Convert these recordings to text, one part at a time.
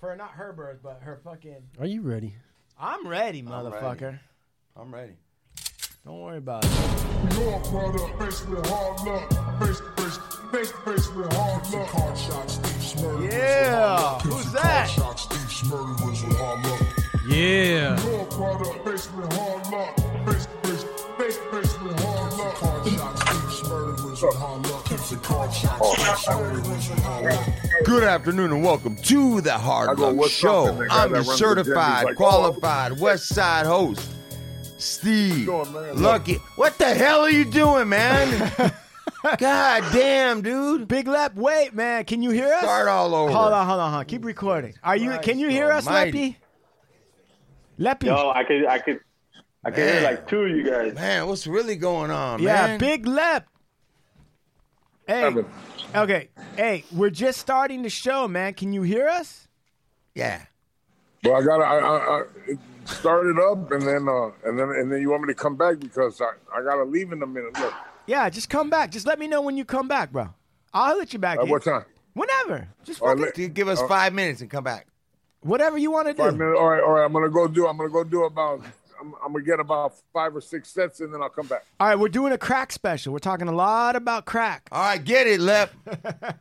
for not her birth, but her fucking. Are you ready? I'm ready, I'm ready. motherfucker. I'm ready. Don't worry about it. Your product faced with hard luck. Faced, faced, faced, faced with hard luck. Card shots, thieves, murderers. Yeah, who's that? Card shots, thieves, murderers with hard luck. Yeah. Your product faced with hard luck. Faced, faced, faced, faced with hard luck. Card shots, thieves, murderers with hard luck. It's a card shots, thieves, murderers with hard luck. Good afternoon and welcome to the I Hard go, Luck "What's up, Show. nigga?" I'm That your runs the certified, Denny's like, qualified West Side host, Steve doing, man? Lucky. What the hell are you doing, man? God damn, dude. Big lap, wait, man. Can you hear us? Start all over. Hold on, hold on, hold on. Keep recording. Are you? Can you hear us, Leppy? almighty. Leppy. Yo, I could, I could, I could hear Man. like two of you guys. Man, what's really going on, yeah, man? Big Lep. Hey. Seven. Okay. Hey, we're just starting the show, man. Can you hear us? Yeah. But I gotta, I, I, I start it up and then uh, and then and then you want me to come back because I, I gotta leave in a minute. Look, Yeah, just come back. Just let me know when you come back, bro. I'll let you back at in. what time? Whenever. Just All right, fucking, let- Dude, give us uh, five minutes and come back. whatever you want to Five do. minutes. All right, all right. I'm gonna go do. I'm gonna go do about. I'm, I'm gonna get about five or six sets and then I'll come back. All right, we're doing a crack special. We're talking a lot about crack. All right, get it, Lep.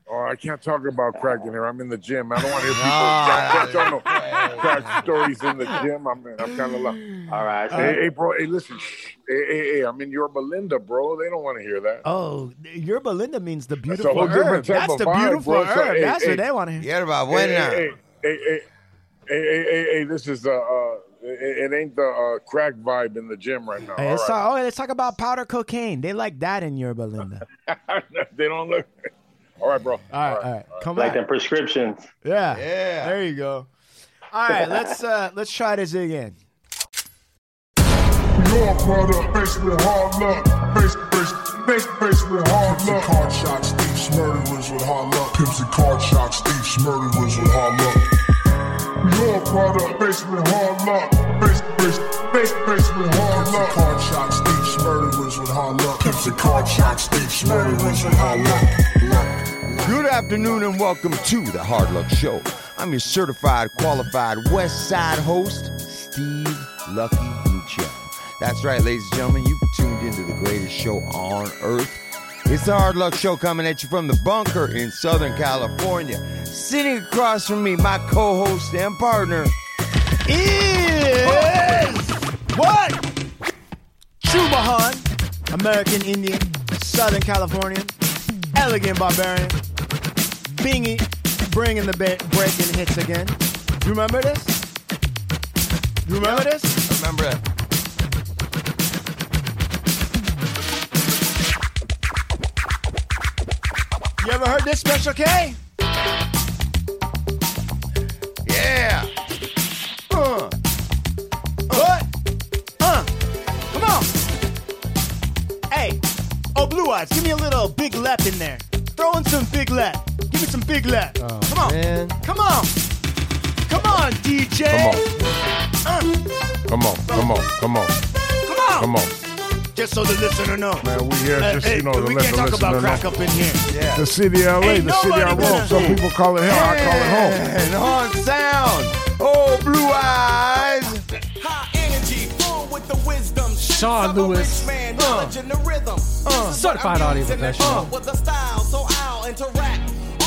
Oh, I can't talk about crack in here. I'm in the gym. I don't want to hear people Ah, I don't know crack stories in the gym. I'm I'm kind of loud. all right. Hey, hey, bro. Hey, listen. Shh. Hey, hey, hey, I'm in your Belinda, bro. They don't want to hear that. Oh, your Belinda means the a beautiful whole different herb. type That's of the vibe, beautiful bro. So, herb. hey, That's hey. what they want to hear. Get about hey, when hey, hey, hey, hey, hey, hey, hey, this is uh, uh it, it ain't the uh, crack vibe in the gym right now. Hey, All let's, right. talk, oh, let's talk about powder cocaine. They like that in your Belinda. they don't look. All right, bro. All right, all right. Come Like back. them prescriptions. Yeah. Yeah. There you go. All right, let's uh let's try this again. Your product faced with hard luck. Faced, faced, faced, faced with hard luck. Card shots, thieves, murderers with hard luck. Pimps and card shots, thieves, murderers with hard luck. Your product faced with hard luck. Faced, faced, faced, faced with hard luck. Card shots, thieves, murderers with hard luck. Pimps and card shots, thieves, murderers with hard luck. luck. Good afternoon and welcome to the Hard Luck Show. I'm your certified, qualified West Side host, Steve Lucky Luciano. That's right, ladies and gentlemen, you've tuned into the greatest show on earth. It's the Hard Luck Show coming at you from the bunker in Southern California. Sitting across from me, my co host and partner Is what? Chubahan, American Indian, Southern Californian, elegant barbarian, Bingy, bringing the ba- breaking hits again. You remember this? You remember this? Remember that. You ever heard this, Special K? Yeah. Uh, What? Uh, come on. Hey, oh, Blue Eyes, give me a little big lap in there. Throw in some big lap. Give me some big lap. come on. man. Come on. Come on, DJ. Come on, come on, come on, Come on. come on, Just so the listener know. man. We here Uh, just hey, you know the we listen, can't talk listen, about to crack know. up in here. The city of LA, Ain't the city I nobody gonna- roam. Some people call it hell, I call it home. And on sound. Oh, Blue Eyes. High energy, full with the wisdom. Shit Shawn of a Lewis. rich Man, knowledge and the rhythm. Uh, Certified audio professional. Uh. With the style, so I'll interact.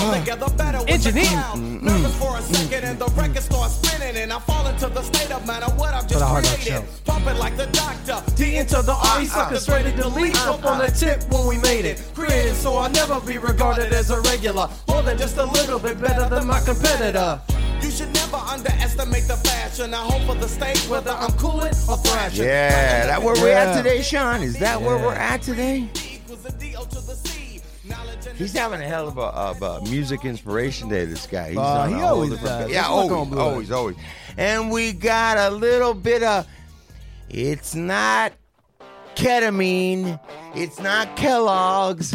Altogether better with Engineer. Mm-hmm. the crowd. Nervous for a second and the record starts spinning and I fall into the state of matter what I've the Hard Rock just created. Pumping like the doctor. D into the R, he suckers ready to leap up on the tip when we made it. Created so I'll never be regarded as a regular. More than just a little bit better than my competitor. You should never underestimate the fashion. I hope for the stage whether I'm cooling or thrashing. Yeah, that where we're at Yeah. today, Sean. Is that where we're at today? He's having a hell of a, of a music inspiration day. This guy, he's Uh, on he a whole always different- does. Yeah, Let's look on always, Blue always, always. And we got a little bit of. It's not ketamine. It's not Kellogg's,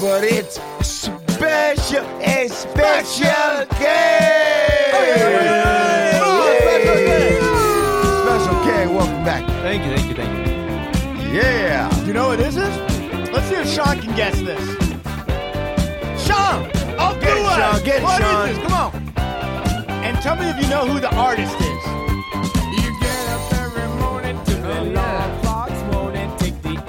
but it's special, a special K. Special K. Special K, welcome back. Thank you, thank you, thank you. Yeah. You know what this is? Let's see if Sean can guess this. Sean! Oh, Get it, Blue Eyes, Sean, get it, what is Sean. this? Come on. And Tell me if you know who the artist is. You get up every morning to the long clock's morning, take the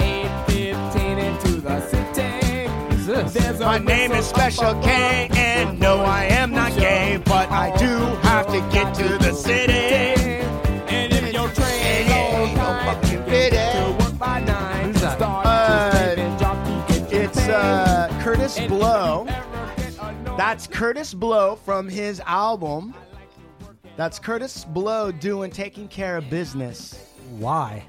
815 into the city. Who's this? There's a My name is whistle up Special K, above. and no, I am not gay, but I do have to get to the city. And if your train Ain't ain't no fucking pity. to work by nine, Who's that? start Uh, to sleep and jockey, get your It's pay. uh, Curtis And if Blow. you ever get annoyed, That's Curtis Blow from his album. That's Curtis Blow doing Taking Care of Business. Why?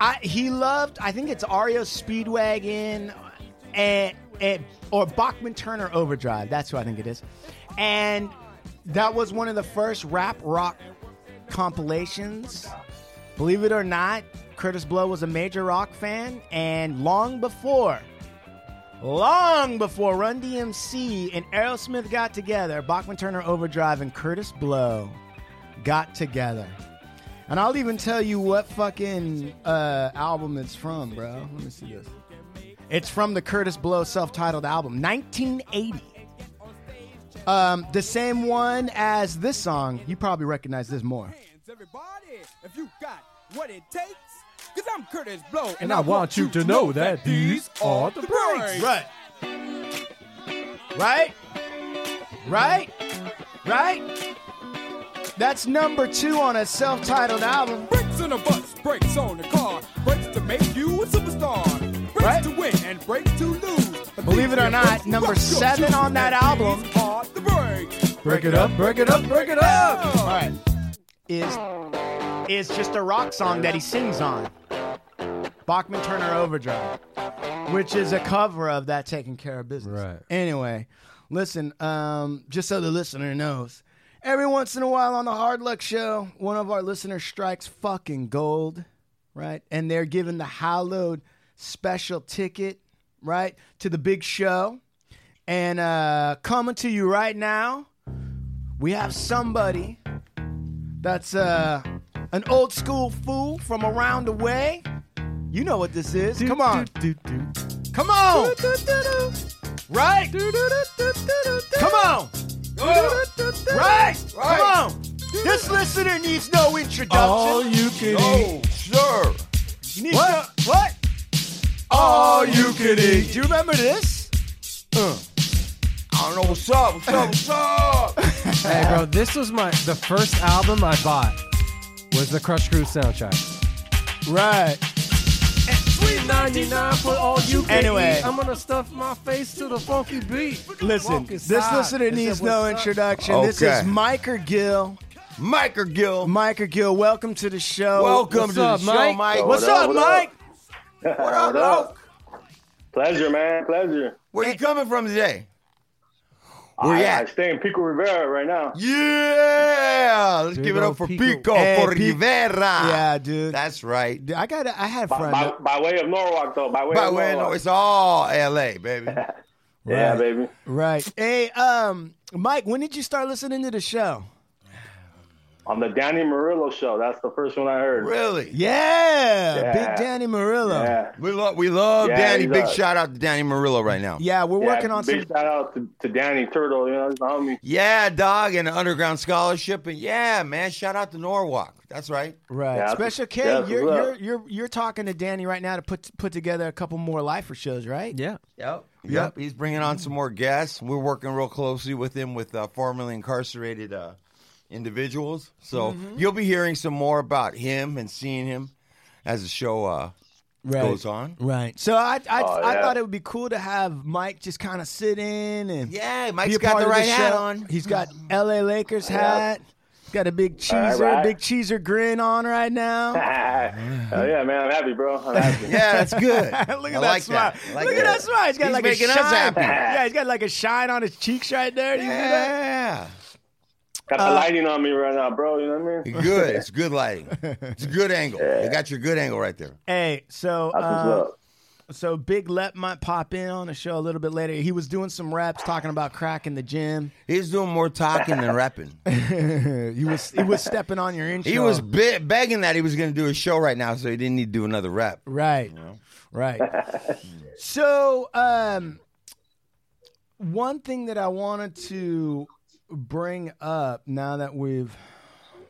I, he loved, I think it's Ario Speedwagon and, and, or Bachman Turner Overdrive. That's who I think it is. And that was one of the first rap rock compilations. Believe it or not, Curtis Blow was a major rock fan. And long before, long before Run DMC and Aerosmith got together, Bachman Turner Overdrive and Curtis Blow got together. And I'll even tell you what fucking uh, album it's from, bro. Let me see this. It's from the Curtis Blow self-titled album, 1980. Um, the same one as this song. You probably recognize this more. hands, everybody, if you got what it takes. Cause I'm Curtis Blow, and, And I want you to know that these are the breaks. Right. Right? Right? Right? That's number two on a self-titled album. Brakes on a bus, brakes on a car, brakes to make you a superstar. Brakes Right. to win and brakes to lose. But Believe it or these not, brakes number rock your seven shoes, on that and album. These are the brakes. Break it up, break it up, break it up. All right. Is is just a rock song that he sings on. Bachman Turner Overdrive, which is a cover of that Taking Care of Business. Right. Anyway, listen, um, just so the listener knows, every once in a while on the Hard Luck Show, one of our listeners strikes fucking gold, right? And they're given the hallowed special ticket, right, to the big show. And uh, coming to you right now, we have somebody that's uh, an old school fool from around the way. You know what this is. Come on. Come on. Right? Come on. Right? Come on. This listener needs no All introduction. you can eat. Oh, sure. You need what? what? All you can Do eat. you remember this? I don't know what's up. What's up? What's up? Hey, bro, this was my the first album I bought was the Crush Crew soundtrack. Right. Sweet 99 for all you can Anyway. eat. I'm gonna stuff my face to the funky beat. Listen, Walk this inside. listener Is it needs what's no up? introduction. This is Okay. Mike or Gill. Mike or Gil? Mike or Gill, welcome to the show. Welcome What's to up, the show, Mike? Mike. What's What up, up, what up? Mike? What up, Loke? Pleasure, man. Pleasure. Where you coming from today? Where I, you I at? stay in Pico Rivera right now. Yeah! Let's There give it go up for Pico. Pico, Hey, for Pico. Rivera. Yeah, dude. That's right. Dude, I got. I had a By, friend. by, by way of Norwalk, though. By way By of way, Norwalk. no, it's all LA, baby. yeah, Right. baby. Right. Hey, um, Mike, when did you start listening to the show? On the Danny Murillo show. That's the first one I heard. really? Yeah, Yeah. Big Danny Murillo. Yeah, Yeah. We love we love Yeah, Danny. he's Big a- shout out to Danny Murillo right now. we're Yeah, working on some. big shout out to, to Danny Turtle, you know, he's the homie. Yeah, dog, and the underground scholarship, and yeah, man, shout out to Norwalk. That's right. Right. Yeah, Special K, you're, yeah, what's you're up? you're you're talking to Danny right now to put put together a couple more lifer shows, right? Yeah. Yep. Yep. He's bringing on some more guests. We're working real closely with him with uh, formerly incarcerated uh, individuals. So Mm-hmm. you'll be hearing some more about him and seeing him as the show uh, Right. goes on. Right. So I I, Oh, I yeah. thought it would be cool to have Mike just kind of sit in and Yeah, be Mike's a got part the of right show. hat on. He's got L.A. Lakers Yeah. hat. He's got a big Mm. right, cheeser, right. big cheeser grin on right now. oh yeah, man, I'm happy, bro. I'm happy. Yeah, that's good. Look at I that like smile. That. I like Look at that smile. He's got He's like making a us shine. happy. Yeah, he's got like a shine on his cheeks right there. You see that? Yeah. Got the lighting on me right now, bro. You know what I mean? Good. It's good lighting. It's a good angle. You got your good angle right there. Hey, so That's what's uh, up. so Big Lep might pop in on the show a little bit later. He was doing some raps talking about crack in the gym. He's doing more talking than rapping. he was he was stepping on your intro. He was be- begging that he was going to do a show right now, so he didn't need to do another rap. right, right. so um, one thing that I wanted to bring up now that we've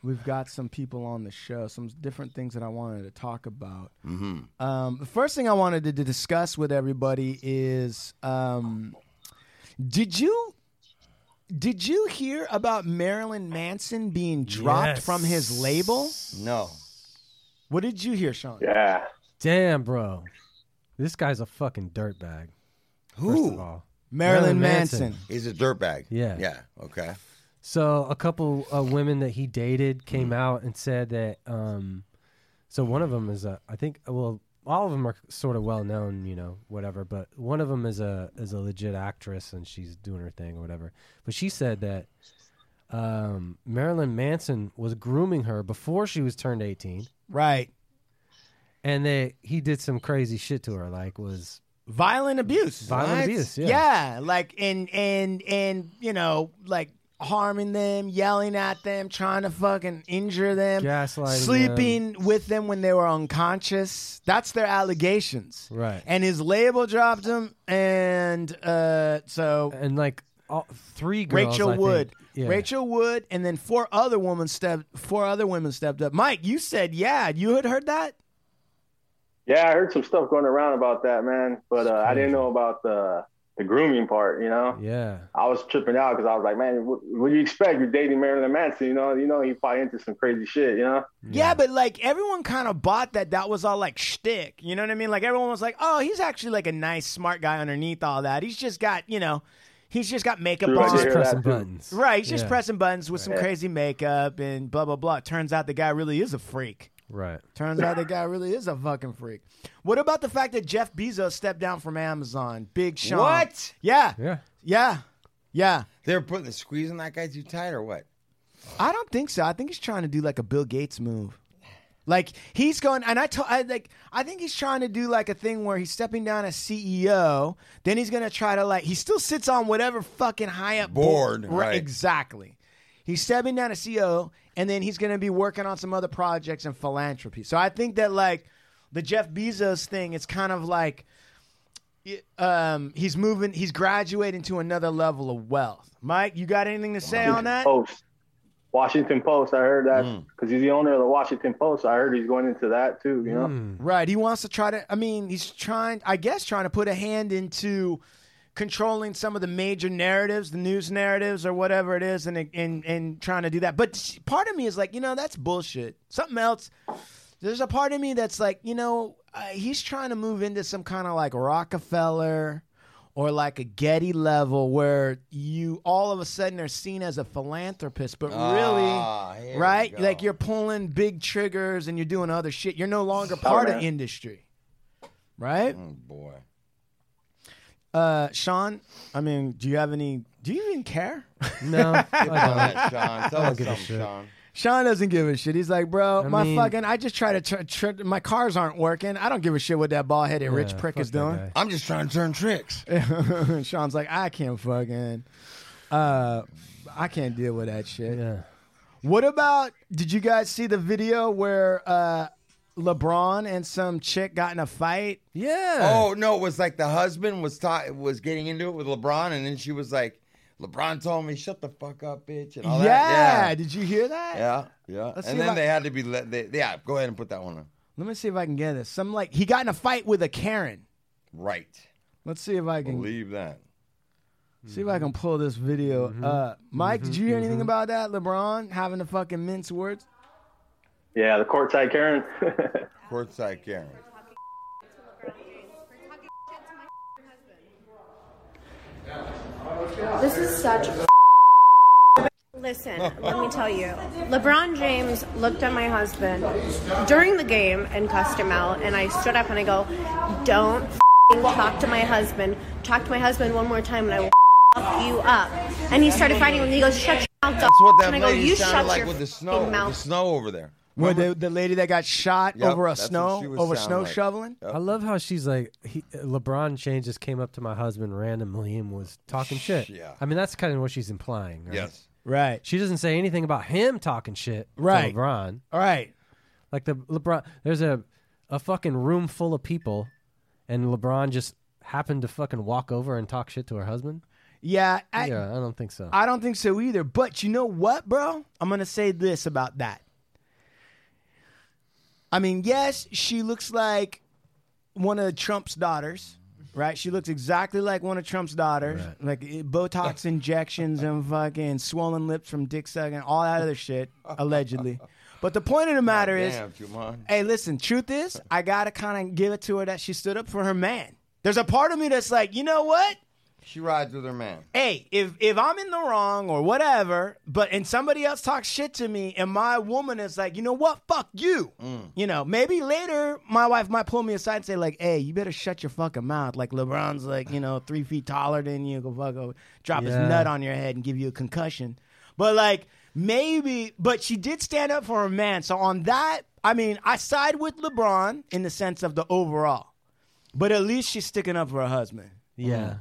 we've got some people on the show, some different things that I wanted to talk about. Mm-hmm. Um, the first thing I wanted to, to discuss with everybody is, um, did you did you hear about Marilyn Manson being dropped Yes. from his label? No. What did you hear, Sean? Yeah. Damn, bro. This guy's a fucking dirtbag. First of Who all. Marilyn Marilyn Manson. Manson. is a dirtbag? Yeah. Yeah. Okay. So a couple of women that he dated came out and said that. Um, so one of them is a, I think, well, all of them are sort of well known, you know, whatever. But one of them is a is a legit actress and she's doing her thing or whatever. But she said that um, Marilyn Manson was grooming her before she was turned eighteen, Right. and that he did some crazy shit to her, like was Violent abuse. violent What? abuse. Yeah. yeah. like and and and you know, like harming them, yelling at them, trying to fucking injure them, Gaslighting them. sleeping with them when they were unconscious. That's their allegations. Right. And his label dropped him, and uh, so and like all, three girls. Rachel I think- Wood, yeah. Rachel Wood, and then four other women stepped. Four other women stepped up. Mike, you said, yeah, you had heard that. Yeah, I heard some stuff going around about that, man. But uh, I didn't know about the the grooming part. You know, Yeah. I was tripping out because I was like, man, what, what do you expect? You're dating Marilyn Manson. You know, you know, he probably into some crazy shit. You know, Yeah, but like everyone kind of bought that that was all like shtick. You know what I mean? Like everyone was like, "Oh, he's actually like a nice, smart guy underneath all that. He's just got you know, he's just got makeup True, I on, did hear that. Pressing too. buttons. right? He's just Yeah. pressing buttons with some Right. crazy makeup and blah blah blah." Turns out the guy really is a freak. Right. Turns out the guy really is a fucking freak. What about the fact that Jeff Bezos stepped down from Amazon? Big Sean. What? Yeah, Yeah. yeah, yeah. They're putting the squeeze on that guy too tight or what? I don't think so. I think he's trying to do like a Bill Gates move. Like he's going, and I, to, I like I think he's trying to do like a thing where he's stepping down as CEO. Then he's gonna try to like he still sits on whatever fucking high up Board, bo- right. Exactly. He's stepping down as CEO, and then he's gonna be working on some other projects and philanthropy. So I think that like the Jeff Bezos thing, it's kind of like um, he's moving, he's graduating to another level of wealth. Mike, you got anything to say on that? Post, Washington Post. I heard that because he's the owner of the Washington Post. I heard he's going into that too. You know, Mm-hmm. Right. He wants to try to, I mean, he's trying, I guess, trying to put a hand into controlling some of the major narratives, the news narratives or whatever it is, and, and, and trying to do that. But part of me is like, you know, that's bullshit. Something else. There's a part of me that's like, you know, uh, he's trying to move into some kind of like Rockefeller or like a Getty level where you all of a sudden are seen as a philanthropist, but Ah, really, here we right? go. Like you're pulling big triggers and you're doing other shit. You're no longer Oh, part of man. industry, right? Mm-hmm. Oh boy. Uh, Sean, I mean, do you have any? Do you even care? No. Tell I that, Sean. Tell us give a something, shit. Sean. Sean doesn't give a shit. He's like, bro, my mean- fucking, I just try to, tr- tr- my cars aren't working. I don't give a shit what that bald headed don't. rich Yeah, prick fuck is that doing. guy. I'm just trying to turn tricks. Sean's like, I can't fucking, uh, I can't deal with that shit. Yeah. What about? Did you guys see the video where uh, LeBron and some chick got in a fight? Yeah. Oh no, it was like the husband was ta- was getting into it with LeBron, and then she was like, "LeBron told me shut the fuck up, bitch," and all yeah. that. Did you hear that? Yeah, yeah, yeah. Let's see and if then I- they had to be let. They, yeah, go ahead and put that one on. Let me see if I can get this. Some like he got in a fight with a Karen. Right, Let's see if I can believe that. see if I can pull this video up. Mike, did you hear anything about that? LeBron having to fucking mince words. yeah, the courtside Karen. Courtside Karen. This is such. Listen, let me tell you. LeBron James looked at my husband during the game and cussed him out, and I stood up and I go, "Don't f***ing talk to my husband. Talk to my husband one more time, and I will f- you up." And he started fighting with me. He goes, "Shut your mouth up." That's what that and I go, lady "You sounded shut like your with the f***ing snow, with the mouth snow over there. Where the, the lady that got shot Yep, over a that's what snow she was over sounding snow like. shoveling. Oh, I love how she's like he, LeBron James just came up to my husband randomly and was talking shit. Yeah. I mean that's kind of what she's implying. Right? Yes, Right. She doesn't say anything about him talking shit. to Right. LeBron. All right. Like the LeBron. There's a a fucking room full of people, and LeBron just happened to fucking walk over and talk shit to her husband. Yeah, I, yeah, I don't think so. I don't think so either. But you know what, bro? I'm gonna say this about that. I mean, yes, she looks like one of Trump's daughters, right? She looks exactly like one of Trump's daughters, Right. like eh, Botox injections and fucking swollen lips from dick sucking, all that other shit, allegedly. But the point of the matter is, Damn, Juman. Hey, listen, truth is, I gotta kind of give it to her that she stood up for her man. There's a part of me that's like, you know what? She rides with her man. Hey, if if I'm in the wrong or whatever, but and somebody else talks shit to me, and my woman is like, you know what? Fuck you. You know, maybe later my wife might pull me aside and say like, hey, you better shut your fucking mouth. Like LeBron's like, you know, three feet taller than you. Go fuck over, drop his Yeah. nut on your head and give you a concussion. But like maybe, but she did stand up for her man. So on that, I mean, I side with LeBron in the sense of the overall, but at least she's sticking up for her husband. Mm. yeah.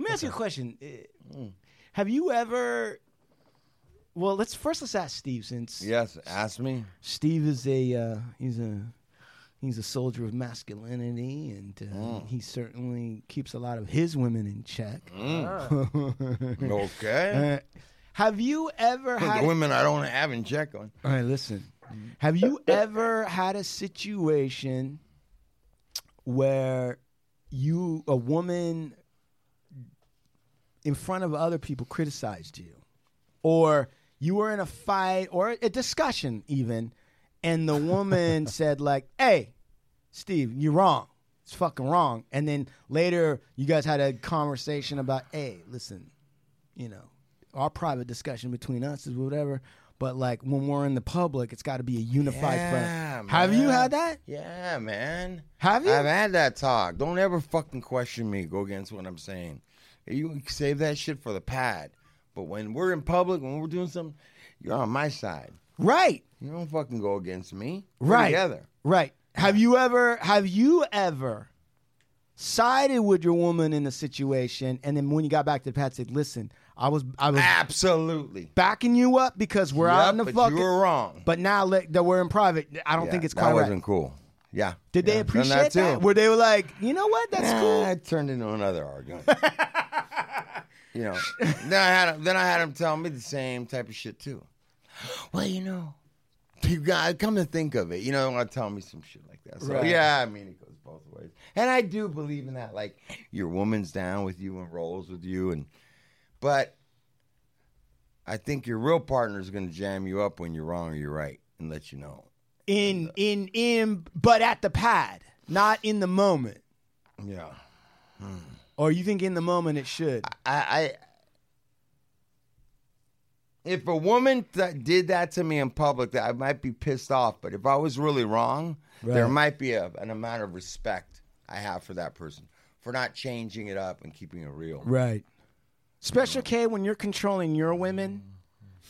Let me ask you a question. Uh, Mm. Have you ever? Well, let's first let's ask Steve since Yes, ask me. Steve is a uh, he's a he's a soldier of masculinity, and uh, Mm. he certainly keeps a lot of his women in check. Okay. Uh, have you ever Mm. the had? women Mm. I don't have in check on. All right, listen. Have you ever had a situation where you, a woman in front of other people, criticized you? Or you were in a fight or a discussion, even, and the woman said, like, hey, Steve, you're wrong. It's fucking wrong. And then later, you guys had a conversation about, hey, listen, you know, our private discussion between us is whatever. But like when we're in the public, it's got to be a unified Yeah, front. Have you man. had that? Yeah, man. Have you? I've had that talk. Don't ever fucking question me. Go against what I'm saying. You can save that shit for the pad. But when we're in public, when we're doing something, you're on my side. Right, You don't fucking go against me. We're right, Together. right. Have you ever? Have you ever sided with your woman in a situation, and then when you got back to the pad, said, "Listen, I was, I was Absolutely. backing you up because we're out Yup, in the Ah. but fucking." you were wrong. But now let, that we're in private, I don't Yeah, think it's that quite wasn't right. cool. Yeah. Did Yeah, they done appreciate that? that? too. Where they were like, you know what? That's Nah, cool. It turned into another argument. you know. Then I had then I had him tell me the same type of shit too. Well, you know, you got come to think of it, you know, they want to tell me some shit like that. So Right. yeah, I mean, it goes both ways, and I do believe in that. Like your woman's down with you and rolls with you, and but I think your real partner is going to jam you up when you're wrong or you're right and let you know. in in in but at the pad, not in the moment. Yeah. Or you think in the moment it should? I, I if a woman th- did that to me in public, that I might be pissed off. But if I was really wrong, there Right. might be a, an amount of respect I have for that person for not changing it up and keeping it real. Right. Special K, when you're controlling your women,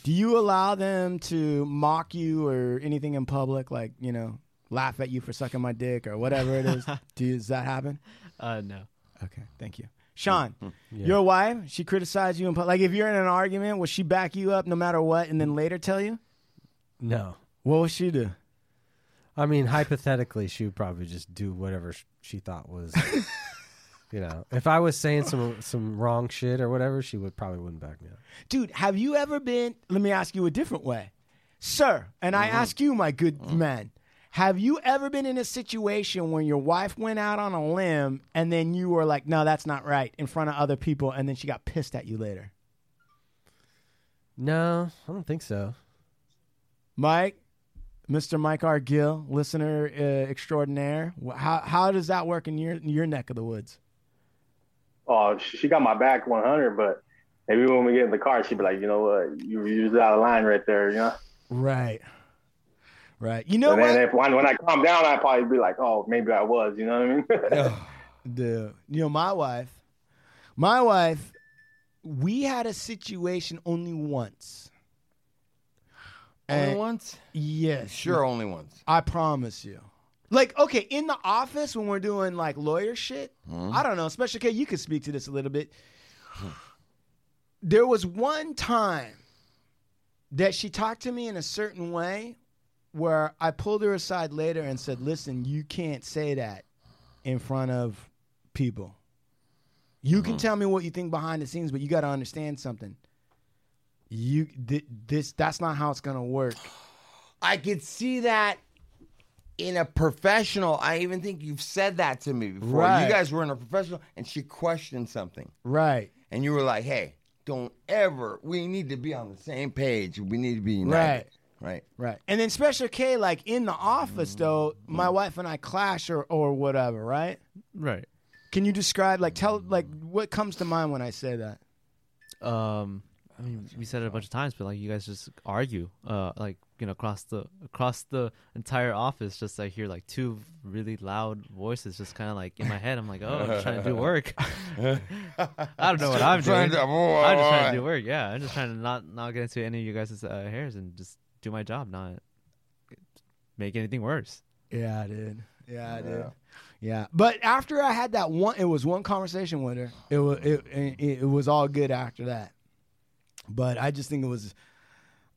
do you allow them to mock you or anything in public, like you know, laugh at you for sucking my dick or whatever it is? do you, does that happen? Uh, no. Okay, thank you, Sean. Your wife, she criticized you in public. Like if you're in an argument, will she back you up no matter what, and then later tell you? No. What will she do? I mean, hypothetically, she would probably just do whatever sh- she thought was, you know. If I was saying some some wrong shit or whatever, she would probably wouldn't back me up. Dude, have you ever been? Let me ask you a different way. Sir, and I ask you, my good man, have you ever been in a situation when your wife went out on a limb and then you were like, no, that's not right in front of other people and then she got pissed at you later? No, I don't think so. Mike, Mr. Mike R. Gill, listener uh, extraordinaire, wh- how, how does that work in your, in your neck of the woods? Oh, sh- she got my back 100, but maybe when we get in the car, she'd be like, you know what, you you was out of line right there, you know. Right. Right. You know And what? then if when, when I calm down, I'd probably be like, oh, maybe I was, you know what I mean? the you know my wife my wife we had a situation only once Only Uh, once? yes Sure, only once. i promise you like okay in the office when we're doing like lawyer shit i don't know special k you could speak to this a little bit there was one time that she talked to me in a certain way where i pulled her aside later and said listen you can't say that in front of people You can tell me what you think behind the scenes, but you got to understand something. You th- this that's not how it's gonna work. I could see that in a professional. I even think you've said that to me before. Right. You guys were in a professional, and she questioned something, Right. and you were like, "Hey, don't ever. We need to be on the same page. We need to be Right. united." Right. Right. And then Special K, like in the office though, my wife and I clash or or whatever, right? Right. Can you describe like tell like what comes to mind when I say that? Um, I mean, we said it a bunch of times, but like you guys just argue, uh, like you know, across the across the entire office. Just I hear like two really loud voices, just kind of like in my head. I'm like, oh, I'm just trying to do work. I don't know what I'm Trying doing. to- I'm just trying to do work. Yeah, I'm just trying to not not get into any of you guys' uh, hairs and just do my job, not make anything worse. Yeah, I did. Yeah, I did. Yeah, but after I had that one, it was one conversation with her. It was it, it, it was all good after that. But I just think it was,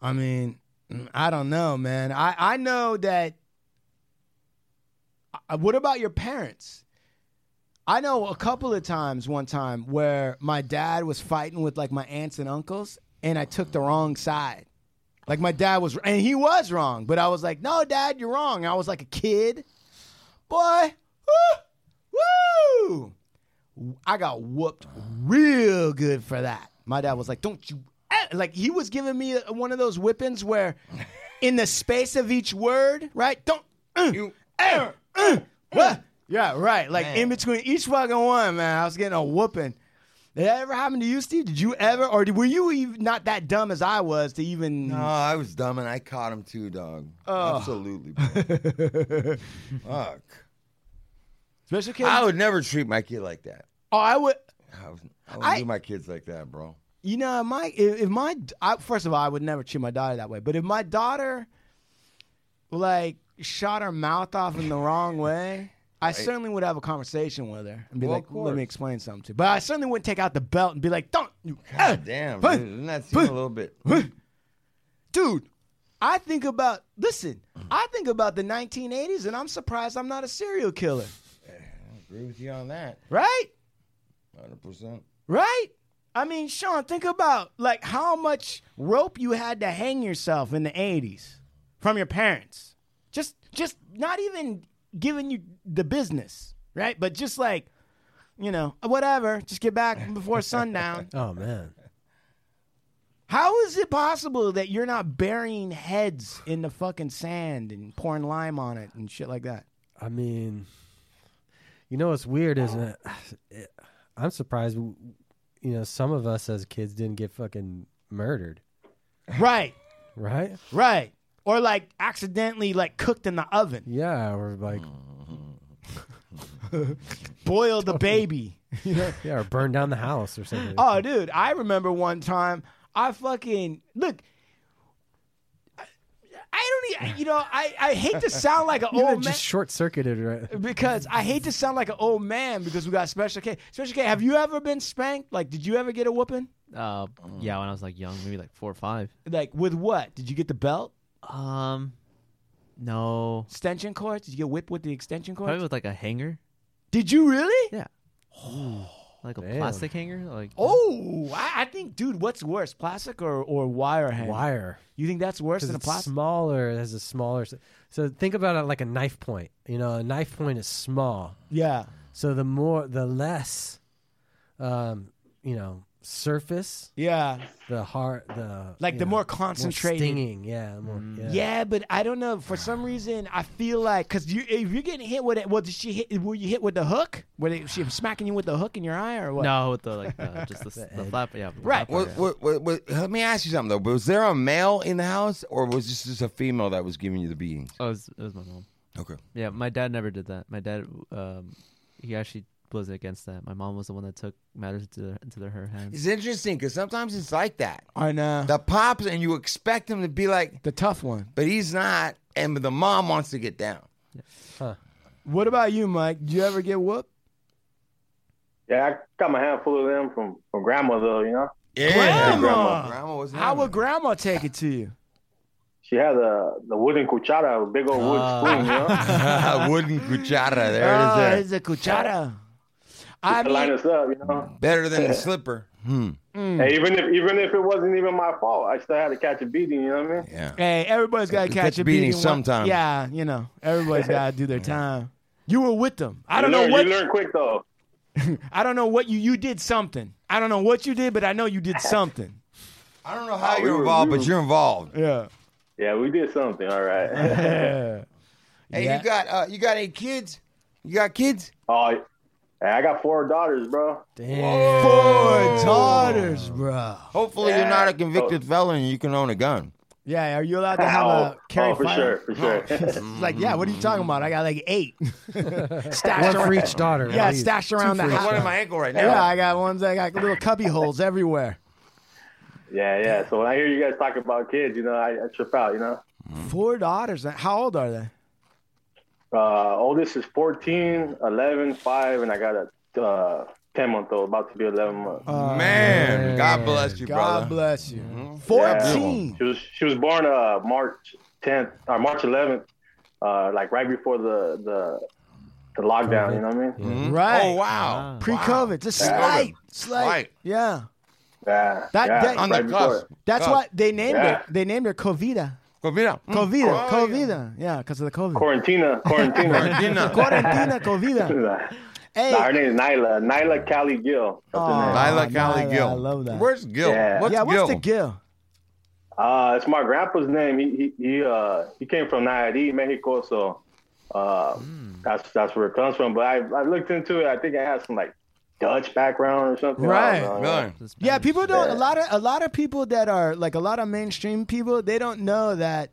I mean, mm, I don't know, man. I I know that. I, what about your parents? I know a couple of times. One time where my dad was fighting with like my aunts and uncles, and I took the wrong side. Like my dad was, and he was wrong, but I was like, "No, dad, you're wrong." I was like a kid, boy. Woo, woo! I got whooped real good for that. My dad was like, "Don't you?" eh," Like he was giving me a- one of those whippings where, in the space of each word, right? Don't uh, You- eh, uh, what? Yeah, right. Like in Man. between each fucking one, man, I was getting a whooping. Did that ever happen to you, Steve? Did you ever, or were you even not that dumb as I was to even? No, I was dumb, and I caught him too, dog. Absolutely. bro. Fuck. Special kids. I would never treat my kid like that. oh, I would. I would, I would I- do my kids like that, bro. You know, my if if my I, first of all, I would never treat my daughter that way. But if my daughter, like, shot her mouth off in the wrong way, I certainly would have a conversation with her and be Well, like, of "Let me course. explain something to." you. But I certainly wouldn't take out the belt and be like, "Don't you, eh, God damn, huh, dude, doesn't that seem a little bit? dude." I think about listen. Mm. I think about the 1980s, and I'm surprised I'm not a serial killer. agree with you on that, Right? hundred percent. Right? I mean, Sean, think about like how much rope you had to hang yourself in the 80s from your parents. Just just not even giving you the business, right? But just like, you know, whatever, just get back before sundown. Oh man. How is it possible that you're not burying heads in the fucking sand and pouring lime on it and shit like that? I mean, you know what's weird is uh, I'm surprised. You know, some of us as kids didn't get fucking murdered, Right, right? right. Or like accidentally like cooked in the oven, Yeah, or like, Hmm. boiled the baby. yeah, or burn down the house or something. Oh, dude, I remember one time I fucking look. I- I don't, e- you know, I, I hate to sound like an You know, old oh, man just short circuited, right? because I hate to sound like an old man because we got Special K. Special K, have you ever been spanked? Like, did you ever get a whooping? Uh, yeah, when I was like young, maybe like four or five. Like, with what? Did you get the belt? Um, no, Extension cords? Did you get whipped with the extension cords? probably with like a hanger, Did you really? Yeah. like a Damn. plastic hanger, like Oh, I, I think, dude, what's worse, plastic or, or wire hand? Wire. You think that's worse Because than a it's plastic? smaller. It has a smaller. s- So think about it like a knife point. You know, a knife point is small. yeah. So the more, the less, um, you know, surface, Yeah. the hard, the Like, you the know, more concentrated. stinging. Yeah, the more, yeah. Yeah, but I don't know. For some reason, I feel like because you if you're getting hit with it, well, did she hit? Were you hit with the hook? Were they, she smacking you with the hook in your eye or what? no, with the like the, just the, s- the flap, yeah, the Right. What, flap, yeah. what, what, what, let me ask you something though. Was there a male in the house, or was this just a female that was giving you the beatings? Oh, it was, it was my mom. Okay. Yeah, my dad never did that. My dad, um, he actually was against that. My mom was the one that took matters into, into their, her hands. It's interesting because sometimes it's like that. I know the, The pops, and you expect him to be like, tough one. but he's not, and the mom wants to get down. What about you, Mike? Did you ever get whooped? Yeah, I got my handful of them from from grandma though. You know, Yeah, Grandma! grandma, grandma was How having would it. Grandma take it to you? she had a the wooden cuchara, a big old Ah. wooden spoon. You know, wooden cuchara. There oh, it is. it's a cuchara. I line us up, you know. Better than the slipper. Hmm. Hey, even if even if it wasn't even my fault, I still had to catch a beating. You know what I mean? Yeah. Hey, everybody's got to Catch catch a a beating one- sometime. Yeah, you know, everybody's got to do their time. You were with them. I don't you know learn, what you learn quick though. I don't know what you you did something. I don't know what you did, but I know you did something. I don't know how Oh, we you're were- involved, we but were- you're involved. Yeah. Yeah, we did something. All right. Yeah. Hey, Yeah. you got uh, you got any kids? You got kids? oh, hey, I got four daughters, bro. Damn. Four daughters, bro. Hopefully, you're not a Yeah. convicted felon and you can own a gun. Yeah, are you allowed to have oh, a carry oh, for firearm? sure, for sure. It's like, yeah, what are you talking about? I got like eight stashed One for around. each daughter. Yeah, please. stashed Two around for the each house. daughter. my ankle right Yeah, I got ones. I got little cubby holes everywhere. yeah, yeah. So when I hear you guys talk about kids, you know, I, I trip out. You know, Four daughters. How old are they? uh, oldest is 14, 11, 5, and I got a uh, 10 month old, about to be 11 month. Uh, Man, God bless you, brother. Uh, God bless you. Mm-hmm. Yeah. 14. She was she was born uh March 10th or March 11th, uh, like right before the the the lockdown. You know what I mean? Right. Oh wow. Pre-COVID, just Yeah. slight, slight, Slight. yeah. Yeah. That- yeah, that- On right the before. cusp. That's Cubs. why they named Yeah. it. They named her Covida, Covina. Mm. Covida, Oh, Covida. Yeah, because of the COVID. Quarantina, quarantina. yeah. Dinner. Quarantina, Covida. nah, Hey, her name is Nyla, Nyla Cali Gill. That's her Aw. name. Nyla Nyla, Cali Gill. I love that. Where's Gil? Yeah. What's yeah, Gil? what's the Gil? Uh, it's my grandpa's name. He he he, uh, he came from Nayarit, Mexico, so uh, that's that's where it comes from. But I I looked into it. I think it has some like Dutch background or something. I Right. don't know. Really? It's Yeah, Spanish. people don't. Yeah. A lot of a lot of people that are like a lot of mainstream people, they don't know that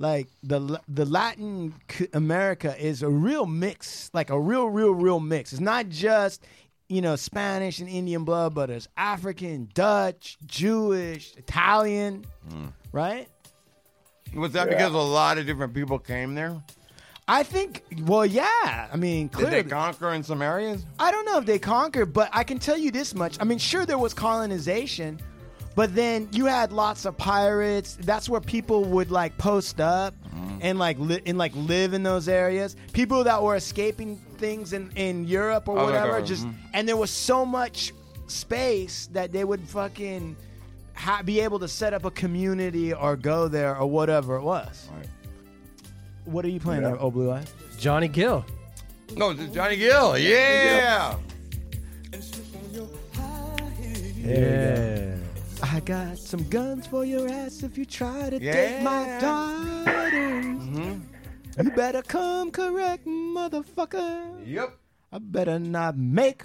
like the L- the Latin c- America is a real mix, like a real, real, real mix. It's not just you know Spanish and Indian blood, but it's African, Dutch, Jewish, Italian, right? Was that because a lot of different people came there? I think. Well, yeah. I mean, Did clearly, they conquer in some areas? I don't know if they conquered, but I can tell you this much. I mean, sure, there was colonization, but then you had lots of pirates. That's where people would like post up Mm-hmm. and like li- and like live in those areas. People that were escaping things in in Europe or Oh, like, whatever, uh, just and there was so much space that they would fucking ha- be able to set up a community or go there or whatever it was. Right. What are you playing there, Oh Blue Eye? Johnny Gill. No, it's Johnny Gill. Yeah. Yeah. I got some guns for your ass if you try to Yeah. date my daughter. You better come correct, motherfucker. Yep. I better not make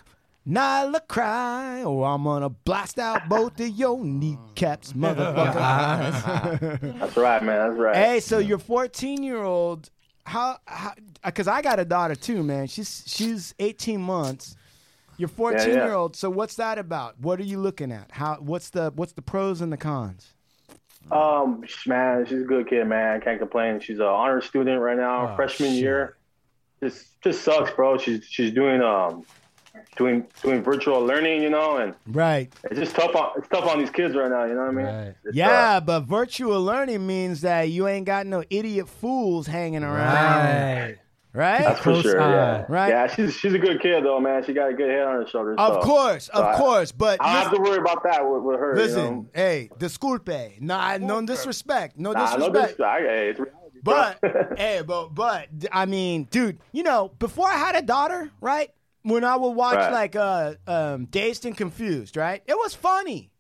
Nyla cry, or I'm gonna blast out both of your kneecaps, motherfucker. That's right, man. That's right. hey, so your 14 year old, how? Because I got a daughter too, man. She's she's 18 months. Your 14 year old. So what's that about? What are you looking at? How? What's the what's the pros and the cons? Um, sh- man, she's a good kid, man. Can't complain. She's an honor student right now, Oh, freshman shit. year. Just just sucks, bro. She's she's doing um doing doing virtual learning, you know, and Right. it's just tough on it's tough on these kids right now. You know what I mean? Right. It's, uh, Yeah, but virtual learning means that you ain't got no idiot fools hanging around. Right. Right? uh, for Close sure. eye. Yeah, Right. Yeah, she's she's a good kid though, man. She got a good head on her shoulders. Of so course, of I- course. But I don't have listen, to worry about that with, with her. listen, you know? hey, disculpe. No, I- no disrespect. No Nah, no disrespect. disrespect. I- hey, it's reality, bro. But hey, but but I mean, dude, you know, before I had a daughter, right? When I would watch Right. like uh um Dazed and Confused, right? It was funny.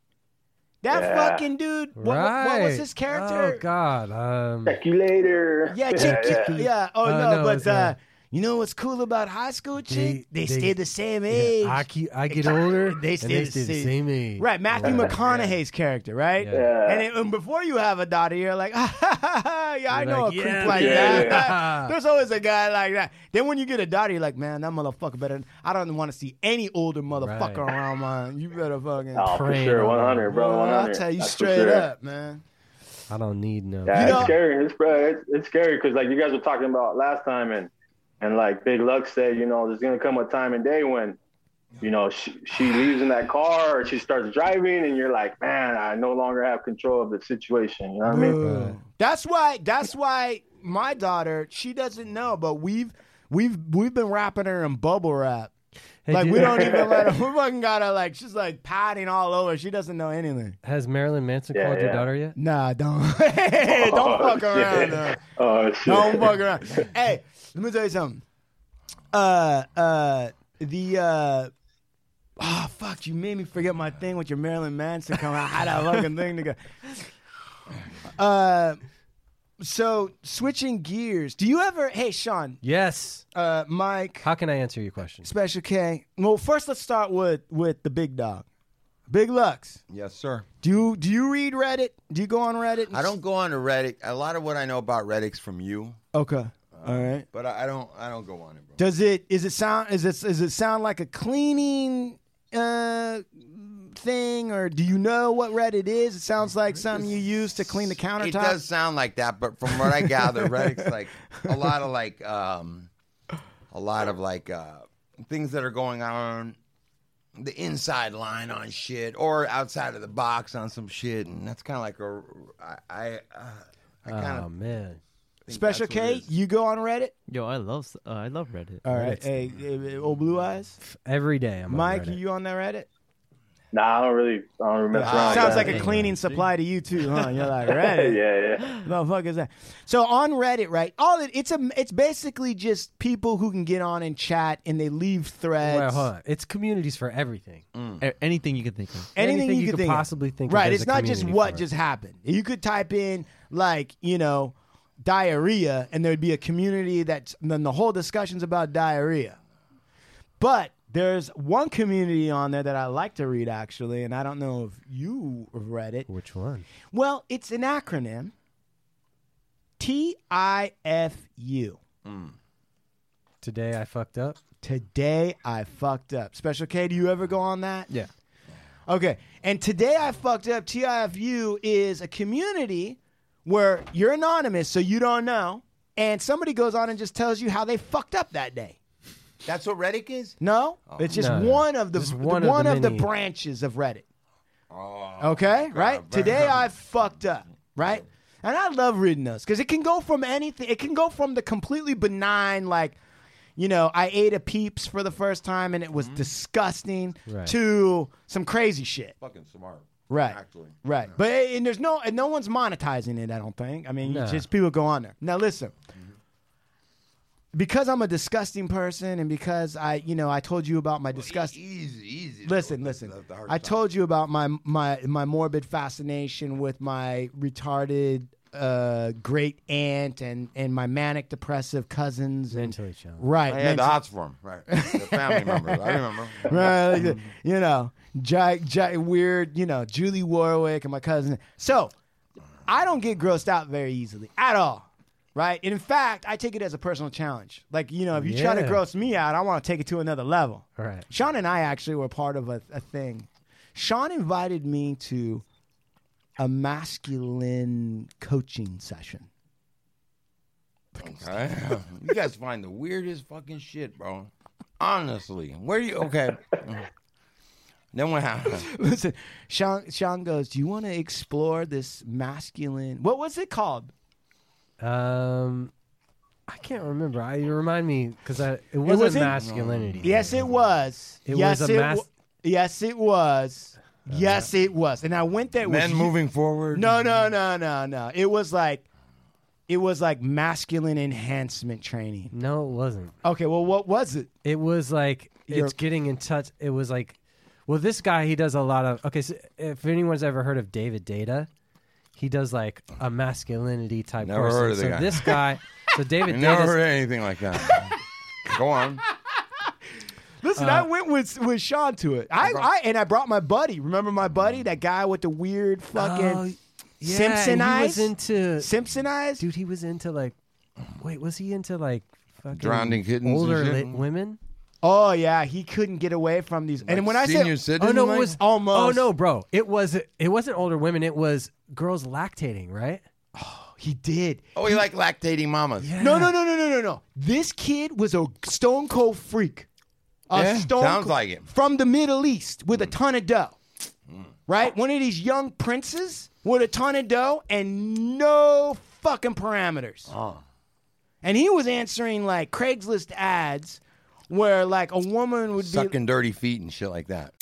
That Yeah. fucking dude, what, right. what was his character? Oh God. Um, check you later. Yeah, chick, yeah. yeah. Oh Uh, no, no, but it's, uh, uh, you know what's cool about high school chick? They, They- they- stay the same age. yeah, I keep, I get older. They and stay they the stay the same- same age. Right, Matthew Yeah. McConaughey's character, right? Yeah. Yeah. And, it, and before you have a daughter, you're like, ah, ha, ha, ha, yeah, I You're know like, a creep yeah, like yeah, that. yeah. There's always a guy like that. Then when you get a daughter, you're like, man, that motherfucker better. I don't want to see any older motherfucker Right. around mine. You better fucking. Oh, for Praying sure, on one hundred, bro. One Well, hundred. I'll tell you straight up, man. I don't need no. Yeah, You know- it's scary. It's, bro, it's, it's scary because like you guys were talking about last time, and and like Big Luck said, you know, there's gonna come a time and day when, you know, she, she leaves in that car or she starts driving, and you're like, man, I no longer have control of the situation. You know what I mean? Ooh. That's why. That's why my daughter. She doesn't know, but we've we've we've been wrapping her in bubble wrap Hey, like dude. we don't even let her. We fucking got her like she's like padding all over. She doesn't know anything. Has Marilyn Manson Yeah, called your yeah. daughter yet? Nah, don't Hey, don't Oh, fuck around. shit. huh? Oh shit. Don't fuck around. Hey, let me tell you something. Uh, uh, the uh, oh fuck, you made me forget my thing with your Marilyn Manson coming. I had that fucking thing to go. Uh, so switching gears. Do you ever? Hey, Sean, Yes. uh, Mike, How can I answer your question? Special K. Well, first let's start with with the big dog, Big Lux. Yes, sir. Do you do you read Reddit? Do you go on Reddit? and I don't go on to Reddit. A lot of what I know about Reddit's from you, Okay. All right. but I, I don't. I don't go on it, bro. Does it is it sound is it is it sound like a cleaning uh thing or do you know what Reddit is? It sounds like something you use to clean the countertop. It does sound like that, but from what I gather, Reddit's like a lot of like um, a lot of like uh, things that are going on the inside line on shit or outside of the box on some shit, and that's kind of like a I I, uh, I kind of Oh man. Special that's what it K, is. you go on Reddit? Yo, I love s- uh, I love Reddit. All right. Hey, eh, eh, old blue eyes. Every day I'm Mike, on Reddit. you on that Reddit? Nah, I don't really. I don't remember. around Sounds that. like a cleaning supply to you too, huh? You're like Reddit. yeah, yeah. the fuck is that? So on Reddit, right? All it, it's a it's basically just people who can get on and chat and they leave threads. Wait, hold on. It's communities for everything. A- anything you can think of. anything, you, could can think of. possibly think of. Right, there's it's a not just community what for it. just happened. You could type in like you know diarrhea, and there'd be a community that's then the whole discussion's about diarrhea. But there's one community on there that I like to read actually, and I don't know if you have read it. Which one? Well, it's an acronym. T I F U. Today I fucked up. Today I fucked up. Special K, do you ever go on that? Yeah. Okay. And today I fucked up. TIFU is a community where you're anonymous, so you don't know. And somebody goes on and just tells you how they fucked up that day. that's what Reddit is. No, it's just Oh. No, no. one of the Just one, one of the of the, many. branches of Reddit. Oh, Okay, God, right? Today bro. I fucked up, right? And I love reading those because it can go from anything. It can go from the completely benign, like, you know, I ate a peeps for the first time and it Mm-hmm. was disgusting, Right. to some crazy shit. fucking smart. Right. Actually. Right. But and there's no and no one's monetizing it, I don't think. I mean, you No. just people go on there. Now listen. Because I'm a disgusting person and because I, you know, I told you about my disgust e-, Easy, easy. Listen, though. listen. That's the hard I side. told you about my my my morbid fascination with my retarded uh, great aunt and and my manic depressive cousins and Mentally challenged. right I had the mental- hots for him. Right. The family members. I remember. right? Like the, you know, Jack, Jack, weird, you know, Julie Warwick and my cousin. So I don't get grossed out very easily at all, right? And in fact, I take it as a personal challenge. Like, you know, if you try to Yeah. gross me out, I want to take it to another level. All right. Sean and I actually were part of a, a thing. Sean invited me to a masculine coaching session. Okay. you guys find the weirdest fucking shit, bro. Honestly. Where you okay? then what happened? Listen, Sean, Sean goes, Do you want to explore this masculine? What was it called? Um, I can't remember. I you remind me because I it wasn't wasn't- masculinity. Yes, it was. It yes, was a Uh-huh. it mas- wa- yes, it was. Yes, it was. And I went there. with Men you- moving forward. No, no, no, no, no. It was like, it was like masculine enhancement training. No, it wasn't. Okay, well, what was it? It was like You're- it's getting in touch. It was like, well, this guy he does a lot of. Okay, so if anyone's ever heard of David Data, he does like a masculinity type. Never person. heard of the so guy. This guy, so David Never heard Data. anything like that. Go on. Listen, Uh, I went with with Sean to it. I, I and I brought my buddy. Remember my buddy, that guy with the weird fucking Mm. Oh, Yeah, Simpson and he eyes. was into Simpson eyes. dude. He was into like, wait, was he into like fucking Drowning kittens and older shit? li- women? Oh yeah, he couldn't get away from these. and when I Senior say citizen. Oh no, it like? was Almost. Oh no, bro, it was it wasn't older women. It was girls lactating, right? he did. Oh, he like lactating mamas. Yeah. No, no, no, no, no, no, no. This kid was a stone cold freak. A Yeah, stone sounds cold- like Mm. it. From the Middle East with a ton of dough. Right? One of these young princes with a ton of dough and no fucking parameters. Oh. And he was answering like Craigslist ads where like a woman would be Sucking dirty feet and shit like that.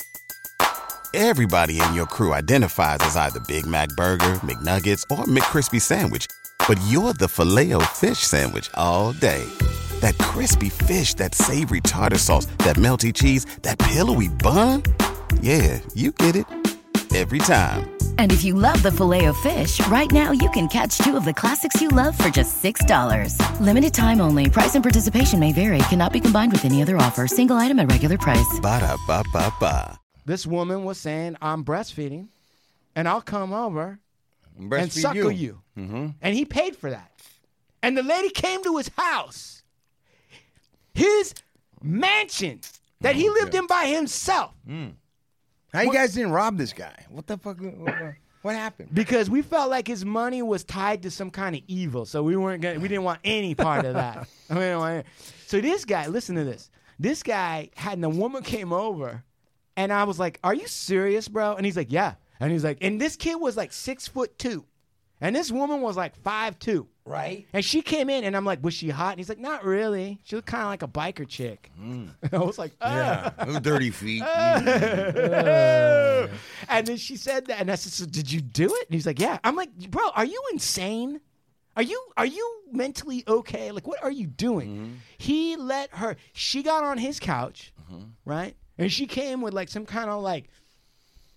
Everybody in your crew identifies as either Big Mac Burger, McNuggets, or McCrispy Sandwich. But you're the filet fish Sandwich all day. That crispy fish, that savory tartar sauce, that melty cheese, that pillowy bun. Yeah, you get it. Every time. And if you love the filet of fish, right now you can catch two of the classics you love for just $6. Limited time only. Price and participation may vary. Cannot be combined with any other offer. Single item at regular price. Ba-da-ba-ba-ba. this woman was saying, I'm breastfeeding and I'll come over and Breastfeed suckle you. And he paid for that. And the lady came to his house, his mansion that he lived in by himself, How you guys didn't rob this guy? What the fuck? What, what happened? because we felt like his money was tied to some kind of evil. So we weren't gonna, we didn't want any part of that. We didn't want any- So this guy, listen to this. This guy had, and the woman came over, and I was like, "Are you serious, bro?" And he's like, "Yeah." And he's like, and this kid was like six foot two, and this woman was like five two. Right? And she came in, and I'm like, "Was she hot?" And he's like, "Not really. She looked kind of like a biker chick." I was like, "Oh." Yeah. Those dirty feet. And then she said that, and I said, "So did you do it?" And he's like, "Yeah." I'm like, "Bro, are you insane? Are you are you mentally okay? Like, what are you doing?" Mm-hmm. He let her. She got on his couch, Mm-hmm. right? And she came with like some kind of like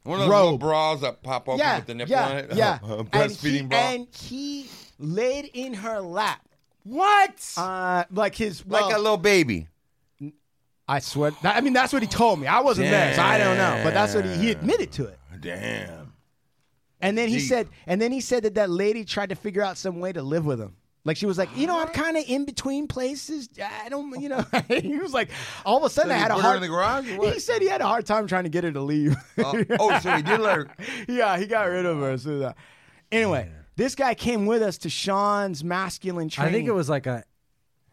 One of those little bras that pop open yeah, with the nipple yeah, on it. yeah, A and he, breastfeeding bra. and he laid in her lap, what? uh, like his well, like a little baby. I swear. that- I mean, that's what he told me. I wasn't there, so I don't know. But that's what he, he admitted to it. Damn. And then he Deep. said, and then he said that that lady tried to figure out some way to live with him. Like she was like, you know, I'm kind of in between places. I don't, you know. he was like, all of a sudden So I you had a put her hard. in the garage or He what? said he had a hard time trying to get her to leave. Oh, oh, so he did let her. yeah, he got rid of her. as soon as that. Anyway, this guy came with us to Sean's masculine I training. think it was like a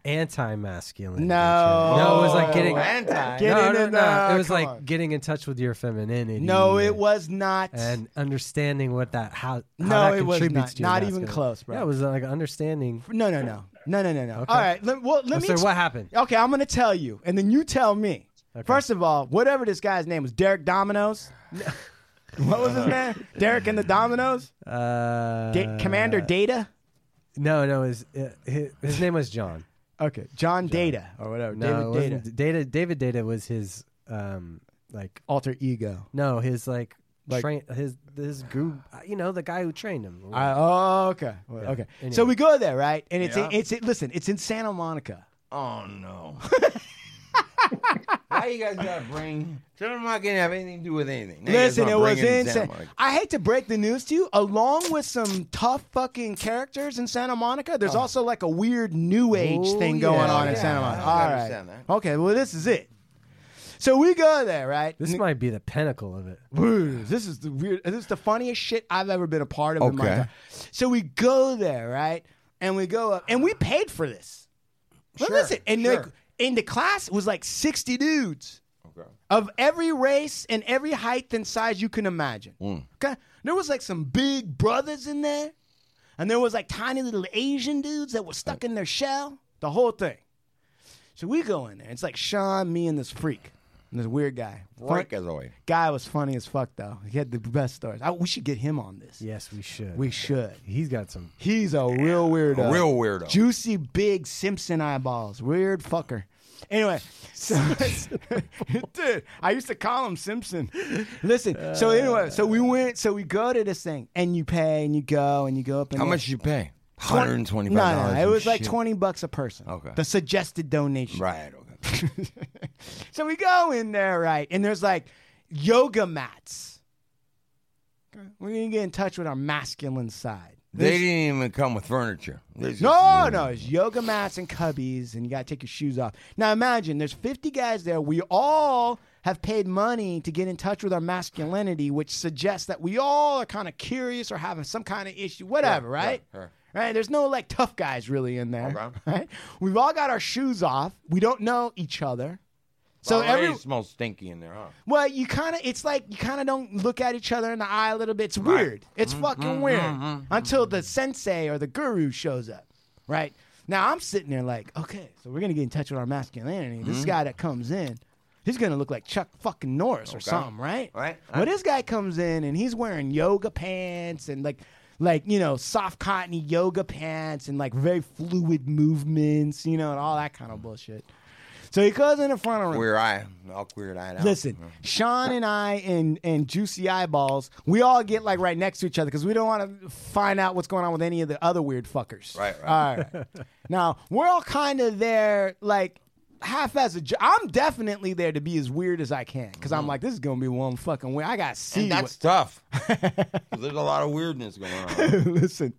anti-masculine. No. no, it was like getting. Oh, anti. Get no, in no, it no, now, It was come like on. getting in touch with your femininity. No, it was not. And understanding what that how, how No, that it was contributes not. to your Not even masculinity. close, bro. Yeah, it was uh, like understanding. no, no, no, no, no, no, no. All right, let, well, let me. so ex- what happened? Okay, I'm gonna tell you, and then you tell me. Okay. First of all, whatever this guy's name was, Derek Dominoes. what was his name? Derek and the Dominoes. Uh, Da- Commander Data. No, no, his uh, his, his name was John. Okay, John, Oh, Data or whatever. David No, David Data. Data. Data. David Data was his um like Alter ego. no his like, Like- train his his group you know the guy who trained him. I, oh, okay, Well, okay. So Anyway. we go there, right? And it's Yeah. in, it's in, listen, it's in Santa Monica. Oh no. Why you guys gotta bring? Santa Monica didn't have anything to do with anything. Now you guys Listen, wanna it was bring in in. Santa Sa- Monica. I hate to break the news to you. Along with some tough fucking characters in Santa Monica, there's also like a weird new age Oh, thing going yeah, on in yeah. Santa Monica. I All right. understand that. Okay. Well, this is it. So we go there, right? this N- might be the pinnacle of it. Woo, this is the weird. This is the funniest shit I've ever been a part of. In my Okay. life. So we go there, right? And we go up, and we paid for this. But Sure, listen, and sure. like in the class was like sixty dudes Okay. of every race and every height and size you can imagine. Mm. Okay, there was like some big brothers in there, and there was like tiny little Asian dudes that were stuck in their shell. The whole thing. So we go in there. It's like Sean, me, and this freak, and this weird guy. Fun- Frank as always. Guy was funny as fuck though. He had the best stories. I, we should get him on this. Yes, we should. We should. He's got some. He's a real weirdo. A real weirdo. Juicy big Simpson eyeballs. Weird fucker. Anyway, so dude, I used to call him Simpson. Listen, so Uh, anyway, so we went, so we go to this thing, and you pay, and you go, and you go up. And How there. much did you pay? Twen- Hundred and twenty-five No, dollars. no, it was like twenty bucks a person. Okay. the suggested donation. Right. Okay. so we go in there, right? And there's like yoga mats. Okay. We're gonna get in touch with our masculine side. They didn't even come with furniture. They just- Oh, No, no, it's yoga mats and cubbies, and you gotta take your shoes off. Now imagine there's 50 guys there. We all have paid money to get in touch with our masculinity, which suggests that we all are kind of curious or having some kind of issue, whatever, right? yeah. Right? There's no like tough guys really in there. Okay. Right? We've all got our shoes off. We don't know each other. So Already every it smells stinky in there, huh? well, you kind of it's like you kind of don't look at each other in the eye a little bit. It's Mm-hmm. weird. It's fucking weird until the sensei or the guru shows up, right? Now I'm sitting there like, okay, so we're gonna get in touch with our masculinity. This Mhm. guy that comes in, he's gonna look like Chuck fucking Norris or Okay. something, right? Right. But this guy comes in and he's wearing yoga pants and like like you know soft cottony yoga pants and like very fluid movements, you know, and all that kind of bullshit. So he comes in the front of the room. Queer eye, all queer eye. out. Listen, Sean and I and and Juicy Eyeballs, we all get like right next to each other because we don't want to find out what's going on with any of the other weird fuckers. Right, right. All right. now we're all kind of there, like half as a. jo- I'm definitely there to be as weird as I can because I'm like, this is gonna be one fucking way. I got to see. Mm-hmm. And that's tough. 'Cause There's a lot of weirdness going on. what- listen,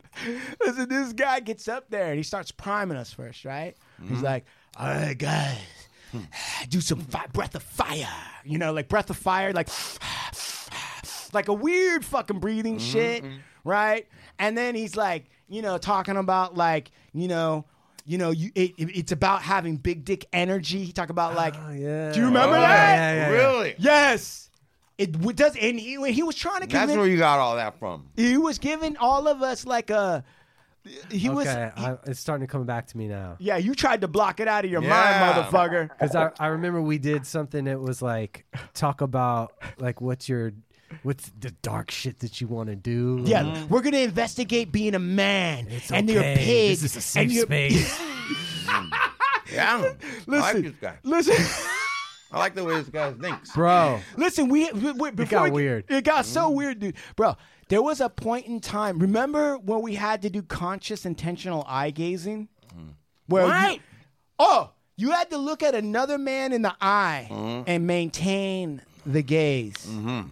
listen. This guy gets up there and he starts priming us first, right? He's Mm-hmm. like, all right, guys. Do some fi- breath of fire, you know, like breath of fire, like like a weird fucking breathing Mm-hmm, shit, right? And then he's like, you know, talking about like, you know, you know, you it, it- it's about having big dick energy. He talk about like, do you remember Oh, that? yeah, yeah, yeah. Really? Yes. It w- does, and he, when he was trying to That's convince. where you got all that from. he was giving all of us like a. He okay, was. I, it's starting to come back to me now. Yeah, you tried to block it out of your Yeah. mind, motherfucker. Because I, I remember we did something that was like talk about like what's your what's the dark shit that you want to do. Yeah, we're gonna investigate being a man and your okay. pig This is a safe and your space. Yeah. I like Listen, this guy. listen. I like the way this guy thinks. Bro. Listen, we, we, we before got we- weird. Mm. It got so weird, dude. Bro, there was a point in time. Remember when we had to do conscious intentional eye gazing? Mm. Where You, oh, you had to look at another man in the eye Mm-hmm. and maintain the gaze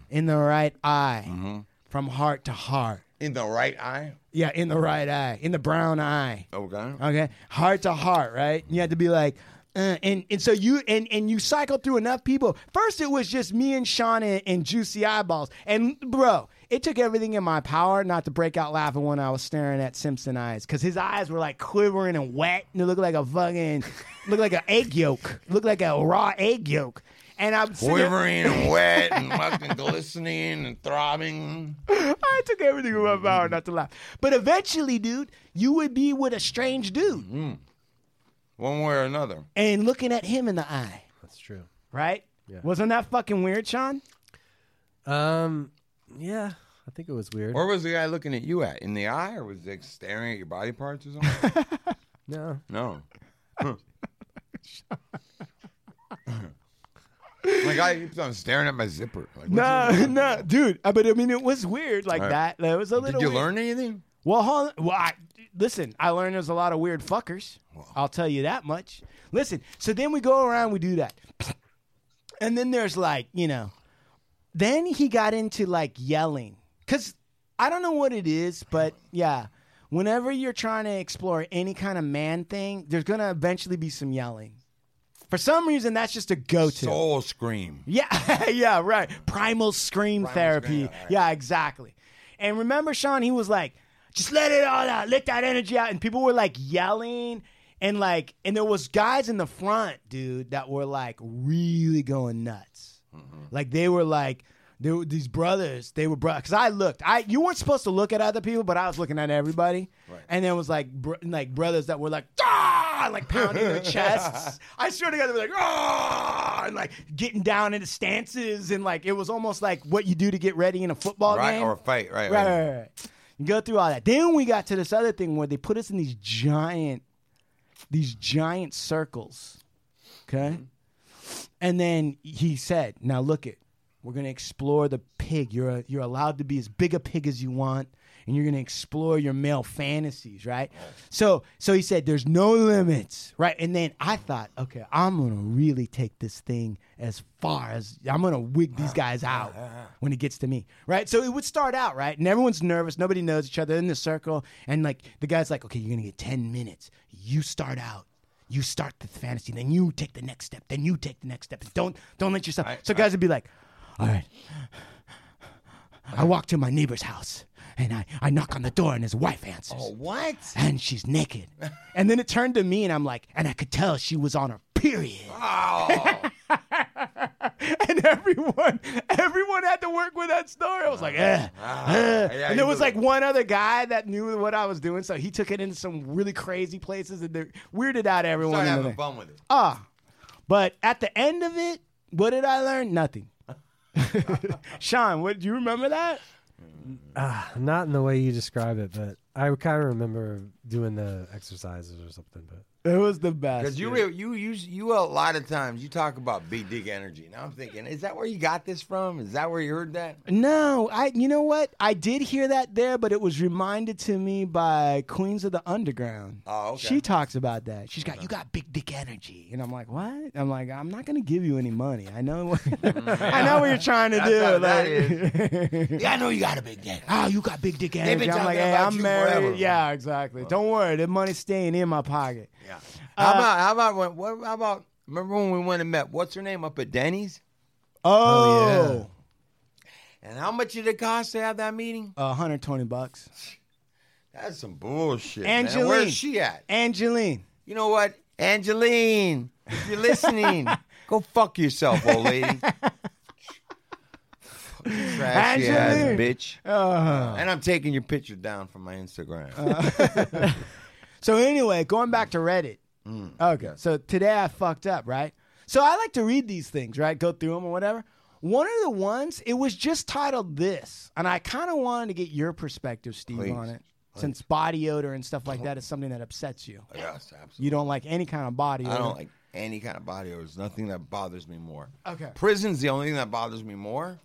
in the right eye Mm-hmm. from heart to heart. In the right eye? Yeah, in the right eye, in the brown eye. Okay. Okay, heart to heart, right? You had to be like, uh, and and so you and and you cycle through enough people. First, it was just me and Sean and, and Juicy Eyeballs, and bro, it took everything in my power not to break out laughing when I was staring at Simpson eyes, because his eyes were like quivering and wet, and it looked like a fucking, looked like an egg yolk, looked like a raw egg yolk, and I'm sitting there- Quivering and wet and fucking glistening and throbbing. I took everything in my power not to laugh, but eventually, dude, you would be with a strange dude One way or another. and looking at him in the eye. That's true. right? Yeah. Wasn't that fucking weird, Sean? Um. Yeah, I think it was weird. Where was the guy looking at you at? In the eye or was he like, staring at your body parts or something? no. no. Huh. My guy keeps on staring at my zipper. Like, what's No, your- no, dude. I- But I mean, it was weird like All right. that. That was a little. Did you weird. learn anything? Well, hold on. well, I, listen. I learned there's a lot of weird fuckers. I'll tell you that much. Listen. So then we go around. We do that, and then there's like you know, then he got into like yelling because I don't know what it is, but yeah. Whenever you're trying to explore any kind of man thing, there's gonna eventually be some yelling. For some reason, that's just a go-to. Soul scream. Yeah, yeah, right. Primal scream therapy. yeah, exactly. And remember, Sean, he was like, just let it all out, let that energy out. And people were like yelling and like and there was guys in the front, dude, that were like really going nuts. Mm. Like they were like they were these brothers, they were brothers. Cause I looked, I you weren't supposed to look at other people, but I was looking at everybody. And there was like br- like brothers that were like, ah, like pounding their chests. I swear to God, they were like, ah, and like getting down into stances, and like it was almost like what you do to get ready in a football right? game. Or fight, right? Oh, right, right, right, right. You go through all that. Then we got to this other thing where they put us in these giant, these giant circles. Okay. And then he said, "Now look it. We're gonna explore the pig. You're a, you're allowed to be as big a pig as you want, and you're gonna explore your male fantasies, right? So so he said, "There's no limits, right? And then I thought, okay, I'm gonna really take this thing as far as I'm gonna wig these guys out when it gets to me, right? So it would start out right, and everyone's nervous. Nobody knows each other in the circle, and like the guy's like, okay, you're gonna get ten minutes. You start out." you start the fantasy, then you take the next step, then you take the next step. Don't don't let yourself. so guys would be like, "All right, I walk to my neighbor's house and I I knock on the door and his wife answers, Oh, what? and she's naked, and then it turned to me and I'm like, and I could tell she was on her period. Oh. and everyone, everyone had to work with that story. I was like, eh, Ah, eh. yeah, and you there was know- like one other guy that knew what I was doing, so he took it into some really crazy places and they weirded out everyone. Start in the having thing. fun with it. Ah, but at the end of it, what did I learn? Nothing. Sean, what do you remember that? Ah, not in the way you describe it, but I kind of remember doing the exercises or something. But It was the best. Because you, dude. re- you you you a lot of times you talk about big dick energy. Now I'm thinking, is that where you got this from? Is that where you heard that? No, I. You know what? I did hear that there, but it was reminded to me by Queens of the Underground. Oh, okay. She talks about that. She's got you got big dick energy, and I'm like, what? I'm like, I'm not gonna give you any money. I know. What, I know what you're trying to That's do. how Like, that is. yeah, I know you got a big dick. Oh, you got big dick They've energy. been I'm like, talking hey, about I'm you married. forever. Oh. Yeah, exactly. Don't worry, the money's staying in my pocket. Yeah. Uh, how about how about when, what how about remember when we went and met what's her name up at Denny's? Oh, And how much did it cost to have that meeting? uh, 120 bucks. That's some bullshit. man. Angeline, Where's she at? Angeline. You know what? Angeline, if you're listening, go fuck yourself, old lady. Fucking Trashy ass Angeline. bitch. Uh, And I'm taking your picture down from my Instagram. So anyway, going back to Reddit. Mm. okay. So today I fucked up, right? So I like to read these things, right? Go through them or whatever. One of the ones, it was just titled this, and I kind of wanted to get your perspective, Steve, Please. on it. Since body odor and stuff like that is something that upsets you. yes, absolutely. You don't like any kind of body odor. I don't like any kind of body odor. There's nothing that bothers me more. Okay. Prison's the only thing that bothers me more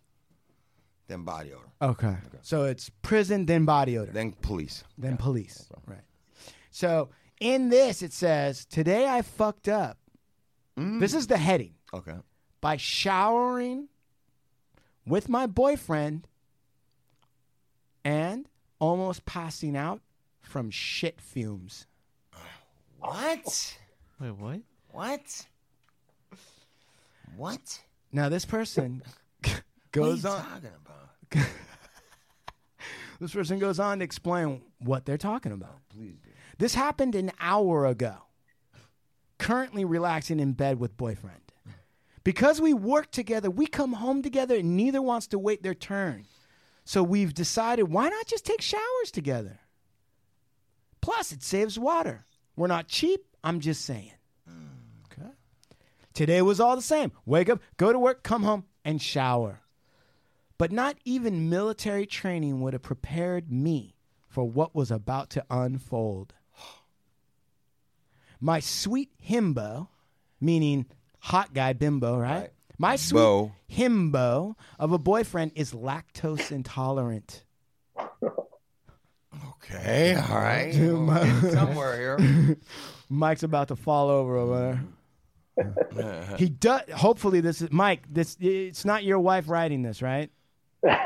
than body odor, Okay. So it's prison, then body odor, then, than police. police. Right. So in this, it says, Today I fucked up. Mm. This is the heading. Okay. by showering with my boyfriend and almost passing out from shit fumes. What? Wait, what? What? What? Now this person goes what are you on talking about? this person goes on to explain what they're talking about. Please do. This happened an hour ago. Currently relaxing in bed with boyfriend. Because we work together, we come home together and neither wants to wait their turn. So we've decided why not just take showers together? Plus, it saves water. We're not cheap, I'm just saying. Okay. Today was all the same. Wake up, go to work, come home, and shower. But not even military training would have prepared me for what was about to unfold. My sweet himbo, meaning hot guy bimbo, right? Right. My sweet Bo. himbo of a boyfriend is lactose intolerant. Okay, all right. We'll get somewhere here. Mike's about to fall over over there. he does. Hopefully, this is Mike. This it's not your wife writing this, right? nah,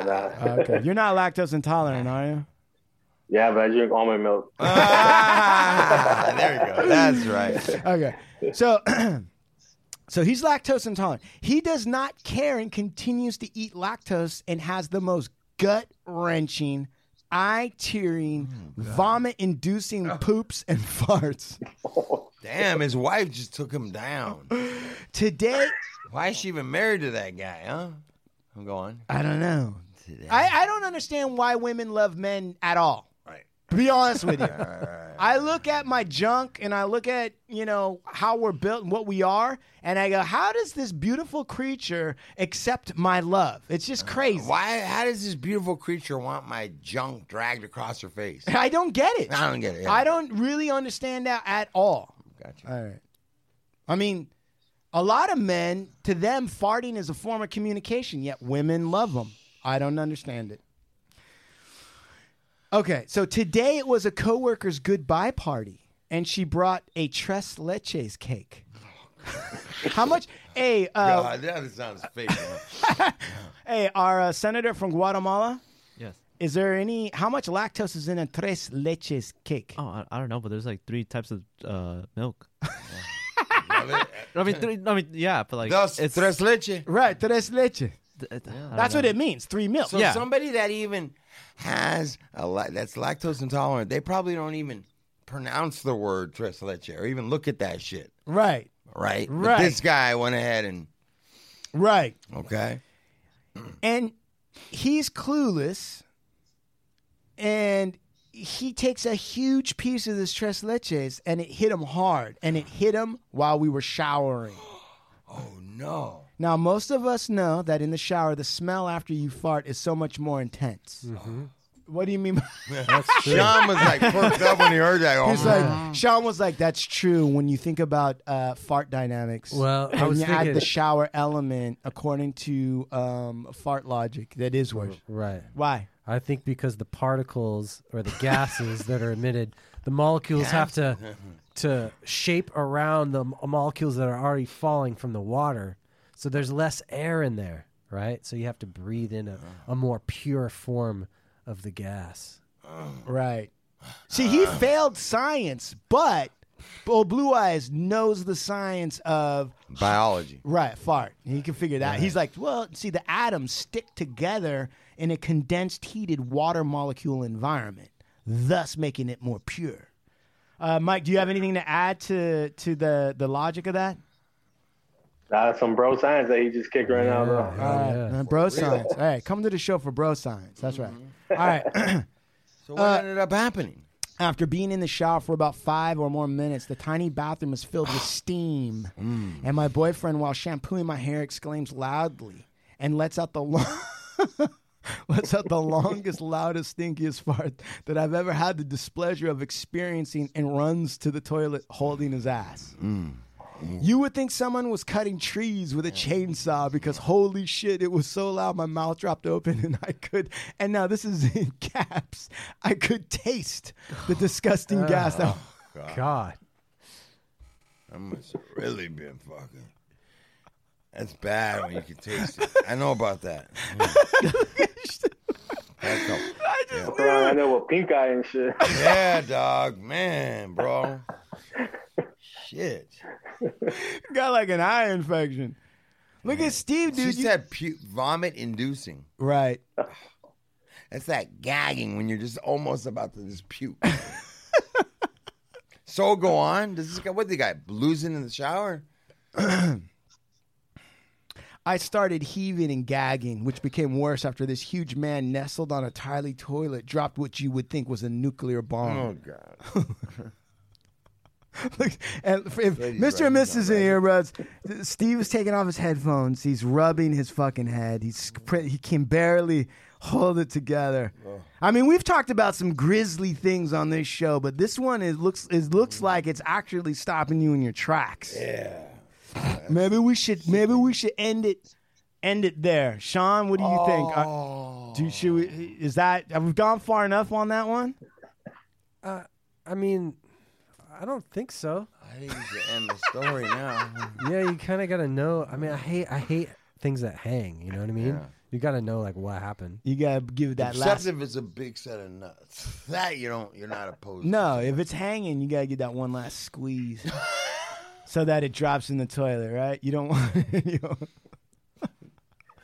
nah. Okay, you're not lactose intolerant, are you? Yeah, but I drink almond milk. Ah, there you go. That's right. Okay. So so he's lactose intolerant. He does not care and continues to eat lactose and has the most gut wrenching, eye tearing, vomit inducing poops and farts. Damn, his wife just took him down. Today, Why is she even married to that guy, huh? I'm going. I don't know. I, I don't understand why women love men at all. Right. To be honest with you. I look at my junk and I look at, you know, how we're built and what we are, and I go, how does this beautiful creature accept my love? It's just crazy. Uh, Why? How does this beautiful creature want my junk dragged across her face? I don't get it. I don't get it. yeah. I don't really understand that at all. Gotcha. All right. I mean, a lot of men, to them, farting is a form of communication, yet women love them. I don't understand it. Okay, so today it was a coworker's goodbye party, and she brought a tres leches cake. How much? Hey, uh, God, that sounds fake. man. hey, our uh, senator from Guatemala. Yes. Is there any? How much lactose is in a tres leches cake? Oh, I, I don't know, but there's like three types of uh, milk. Love it. I mean, three, I mean, yeah, but like Dos, it's tres leche. Right, tres leches. th- th- I don't That's know. what it means. Three milk. So somebody that even has a la- that's lactose intolerant, they probably don't even pronounce the word tres leche or even look at that shit, Right. right? But Right. this guy went ahead and Right. Okay. And he's clueless and he takes a huge piece of this tres leches and it hit him hard and it hit him while we were showering. No. Now, most of us know that in the shower, the smell after you fart is so much more intense. Mm-hmm. What do you mean? By- Sean was like perked up when he heard that. Oh, He's man. like, Sean was like, that's true when you think about uh, fart dynamics. Well, I and was you add thinking- the shower element according to um, fart logic. That is worse. Right. Why? I think because the particles or the gases that are emitted, the molecules have to to shape around the m- molecules that are already falling from the water. So there's less air in there, right? So you have to breathe in a, a more pure form of the gas. Right. See, he failed science, but old Blue Eyes knows the science of biology. Right, fart. He can figure that. out. He's like, well, see, the atoms stick together in a condensed, heated water molecule environment, thus making it more pure. Uh, Mike, do you have anything to add to to the the logic of that? That's some bro science that he just kicked right now, bro. All right, uh, bro science. All right, come to the show for bro science. That's right. All right. so what ended up happening? After being in the shower for about five or more minutes, the tiny bathroom is filled with steam. And my boyfriend, while shampooing my hair, exclaims loudly and lets out the long. lets out the longest, loudest, stinkiest fart that I've ever had the displeasure of experiencing and runs to the toilet holding his ass. You would think someone was cutting trees with a chainsaw because holy shit, it was so loud my mouth dropped open and I could, and now this is in caps, I could taste the disgusting gas. That, God. God. I must have really been fucking. That's bad when you can taste it. I know about that. That's a- Oh. Bro, I know what pink eye and shit. yeah, dog, man, bro. Shit. Got like an eye infection. Look at Steve, dude. She said pu- vomit inducing. Right. That's that gagging when you're just almost about to just puke. so go on. Does this guy what the guy losing in the shower? I started heaving and gagging, which became worse after this huge man nestled on a tiny toilet dropped what you would think was a nuclear bomb. Oh god. And if if Mr. and Mrs. in here, bros, Steve is taking off his headphones. He's rubbing his fucking head. He's pr- he can barely hold it together. I mean, we've talked about some grisly things on this show, but this one is looks it looks like it's actually stopping you in your tracks. Yeah. Maybe we should maybe we should end it end it there. Sean, what do you think? Uh, do should we, is that have we gone far enough on that one? Uh, I mean, I don't think so. I think you should end the story now. yeah, you kind of got to know. I mean, I hate I hate things that hang. You know what I mean? Yeah. You got to know like what happened. You got to give that Except last if it's a big set of nuts. That you don't you're not opposed No, if it's hanging, you gotta get that one last squeeze, so that it drops in the toilet. Right? You don't want. you don't-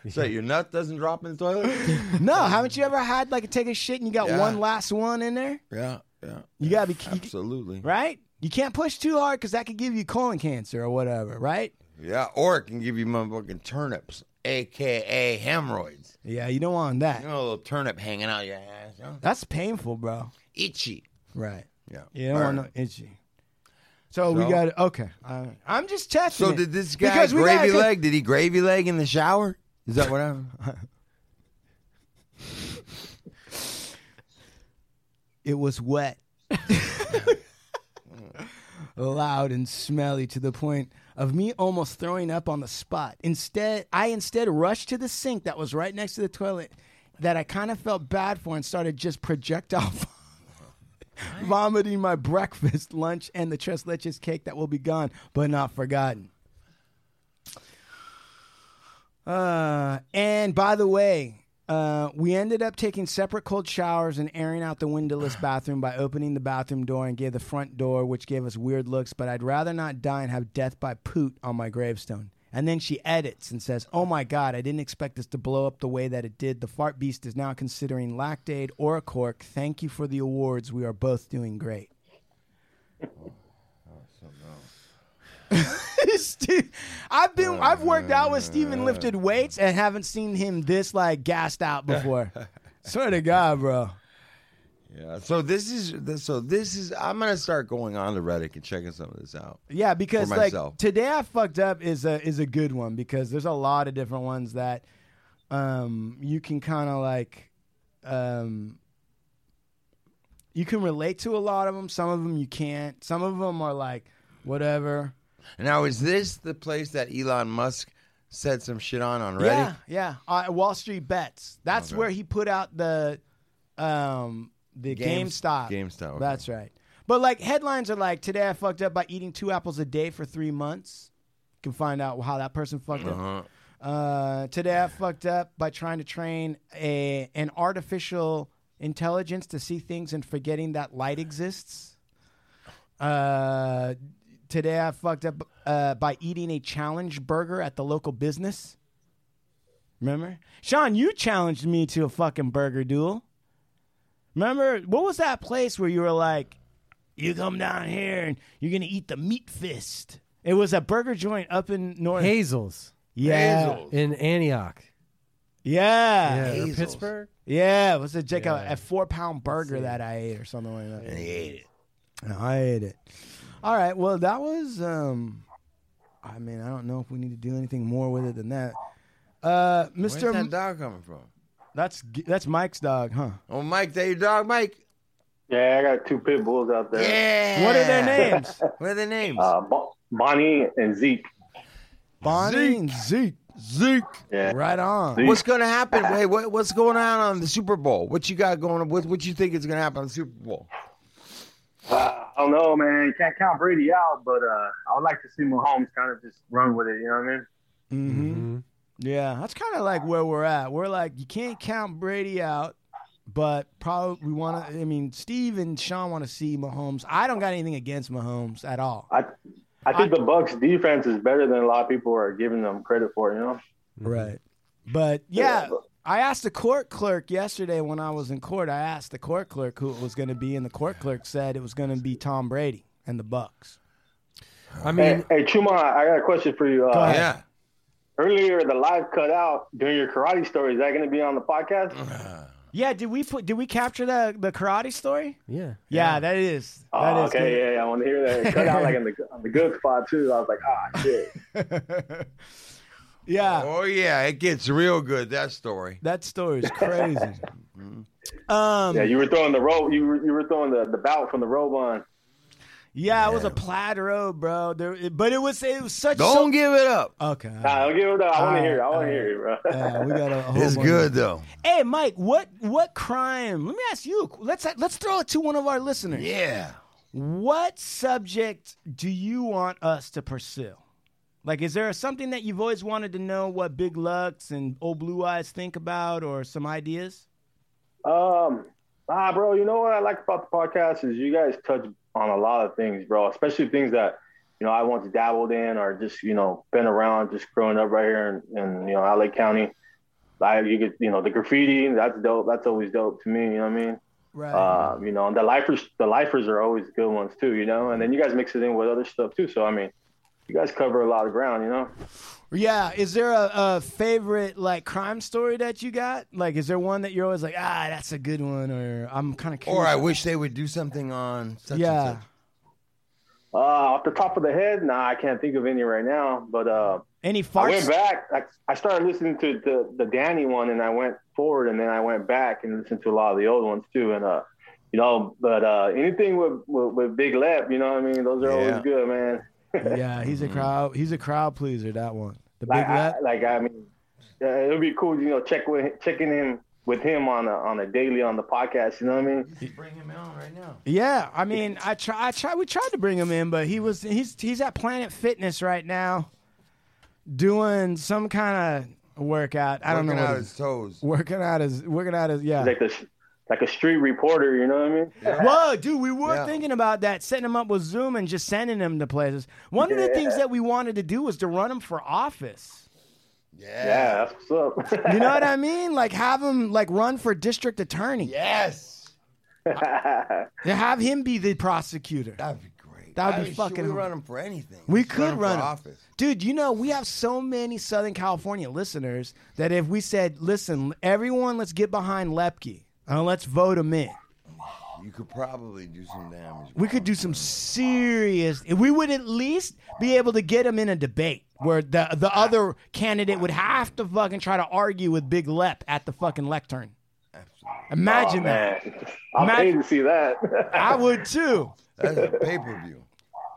to. So your nut doesn't drop in the toilet? No, haven't you ever had like take a shit and you got Yeah. one last one in there? yeah, yeah. You gotta be you- Absolutely. right. You can't push too hard because that could give you colon cancer or whatever. Right? Yeah, or it can give you motherfucking turnips, aka hemorrhoids. Yeah, you don't want that. You know, a little turnip hanging out your ass. Huh? That's painful, bro. Itchy. Right. Yeah. You don't want no Burn. itchy. So, we So? got okay. All right. I'm just testing. So it. did this guy Because we gotta gravy con- leg? Did he gravy leg in the shower? Is that what happened? It was wet. Loud and smelly to the point of me almost throwing up on the spot. Instead, I instead rushed to the sink that was right next to the toilet that I kind of felt bad for and started just projectile vomiting my breakfast, lunch, and the tres leches cake that will be gone but not forgotten. Uh, and by the way, uh, we ended up taking separate cold showers and airing out the windowless bathroom by opening the bathroom door and gave the front door, which gave us weird looks. But I'd rather not die and have death by poot on my gravestone. And then she edits and says, Oh my God, I didn't expect this to blow up the way that it did. The fart beast is now considering lactate or a cork. Thank you for the awards. We are both doing great. this dude. I've been Oh, I've worked out with Steven lifted weights and haven't seen him this like gassed out before. Swear to God, bro. Yeah. So this is this, so this is I'm gonna start going on to Reddit and checking some of this out. Yeah, because for like myself. today I fucked up is a is a good one because there's a lot of different ones that um you can kind of like um you can relate to a lot of them. Some of them you can't. Some of them are like whatever. now is this the place that Elon Musk said some shit on on Reddit? Yeah, yeah. Uh, Wall Street bets. That's Okay. where he put out the um the Games- GameStop. GameStop, okay. That's right. But like headlines are like today I fucked up by eating two apples a day for three months. You can find out how that person fucked Uh-huh. up. Uh, today I fucked up by trying to train a an artificial intelligence to see things and forgetting that light exists. Uh, today I fucked up uh, by eating a challenge burger at the local business. Remember? Sean, you challenged me to a fucking burger duel. Remember, what was that place where you were like, you come down here and you're going to eat the meat fist? It was a burger joint up in North. Hazels. Yeah. Hazels. In Antioch. Yeah. Yeah, or Pittsburgh? Yeah, it was a, like a, Yeah. a four pound burger that I ate or something like that. And he ate it. And I ate it. All right. Well, that was. um I mean, I don't know if we need to do anything more with it than that. Uh, Where's Mr. that dog coming from? That's that's Mike's dog, huh? Oh, Mike, that your dog, Mike. Yeah, I got two pit bulls out there. Yeah. What are their names? What are their names? Uh, Bo- Bonnie and Zeke. Bonnie and Zeke. Zeke. Yeah. Right on. What's gonna happen? Hey, what, what's going on on the Super Bowl? What you got going? What what you think is gonna happen on the Super Bowl? Uh, I don't know, man. You can't count Brady out, but uh, I would like to see Mahomes kind of just run with it. You know what I mean? Mm-hmm. Yeah, that's kind of like where we're at. We're like, you can't count Brady out, but probably we want to. I mean, Steve and Sean want to see Mahomes. I don't got anything against Mahomes at all. I I think the Bucks defense is better than a lot of people are giving them credit for. You know? Right. But yeah, I asked the court clerk yesterday when I was in court. I asked the court clerk who it was going to be, and the court clerk said it was going to be Tom Brady and the Bucks. I Hey, hey Chuma, I got a question for you. Mm-hmm. Go Uh, ahead. Yeah. Earlier, the live cut out during your karate story. Is that going to be on the podcast? Yeah, did we put? Did we capture the the karate story? Yeah. Yeah, that is. Oh, That is okay, yeah, yeah, I want to hear that. It Cut out like in the, on the good spot too. I was like, ah, shit. good. Yeah. Oh yeah, it gets real good that story. That story is crazy. um, Yeah, you were throwing the rope. You were, you were throwing the, the bout from the robe on. yeah, it was a plaid robe, bro. There, it- but it was it was such. Don't so- give it up. Okay. Nah, I'll give it up. I want to hear it. I want Alright, to hear it, bro. Ah, Yeah, we got a whole It's bunch. good though. Hey, Mike, what what crime? Let me ask you. Let's let's throw it to one of our listeners. Yeah. What subject do you want us to pursue? Like, is there something that you've always wanted to know? What Big Lux and Old Blue Eyes think about, or some ideas? Um, ah, bro, you know what I like about the podcast is you guys touch on a lot of things, bro, especially things that, you know, I once dabbled in or just, you know, been around just growing up right here in, in you know, LA County. Like you get, you know, the graffiti, that's dope. That's always dope to me. You know what I mean? Right. Uh, you know, and the lifers, the lifers are always good ones too, you know, and then you guys mix it in with other stuff too. So, I mean, you guys cover a lot of ground, you know? Yeah, is there a, a favorite like crime story that you got? Like, is there one that you're always like, ah, that's a good one, or I'm kind of curious. Or I wish they would do something on. Such Yeah. And such. Uh, off the top of the head, nah, I can't think of any right now, but, uh, Any I farts? went back. I, I started listening to the, the Danny one, and I went forward, and then I went back and listened to a lot of the old ones too. And uh, you know, but uh, anything with, with with Big Lep, you know what I mean? Those are Yeah. always good, man. yeah, he's a Mm-hmm. crowd. He's a crowd pleaser. That one, the big Like I, lap. like I mean, yeah, it would be cool, you know, check with checking him with him on a on a daily on the podcast. You know what I mean? Bring him on right now. Yeah, I mean, I try, I try. We tried to bring him in, but he was he's he's at Planet Fitness right now, doing some kind of workout. I don't know Working what out it his is. toes. Working out his working out his yeah. Like the like a street reporter. You know what I mean? Whoa, dude, we were Yeah. thinking about that, setting him up with Zoom and just sending him to places. One of the things that we wanted to do was to run him for office. Yeah, that's what's up. You know what I mean? Like have him like run for district attorney. Yes. To have him be the prosecutor. That'd be great. That would I be mean, should fucking. We hard. run him for anything. We Let's could 'em run for him. office. Dude, you know, we have so many Southern California listeners that if we said, listen, everyone, let's get behind Lepke and let's vote him in, You could probably do some damage. we could do some serious. We would at least be able to get him in a debate where the, the other candidate would have to fucking try to argue with Big Lep at the fucking lectern. Imagine Oh, that. man. I'm Imagine- paid to see that. I would too. That's a pay per view.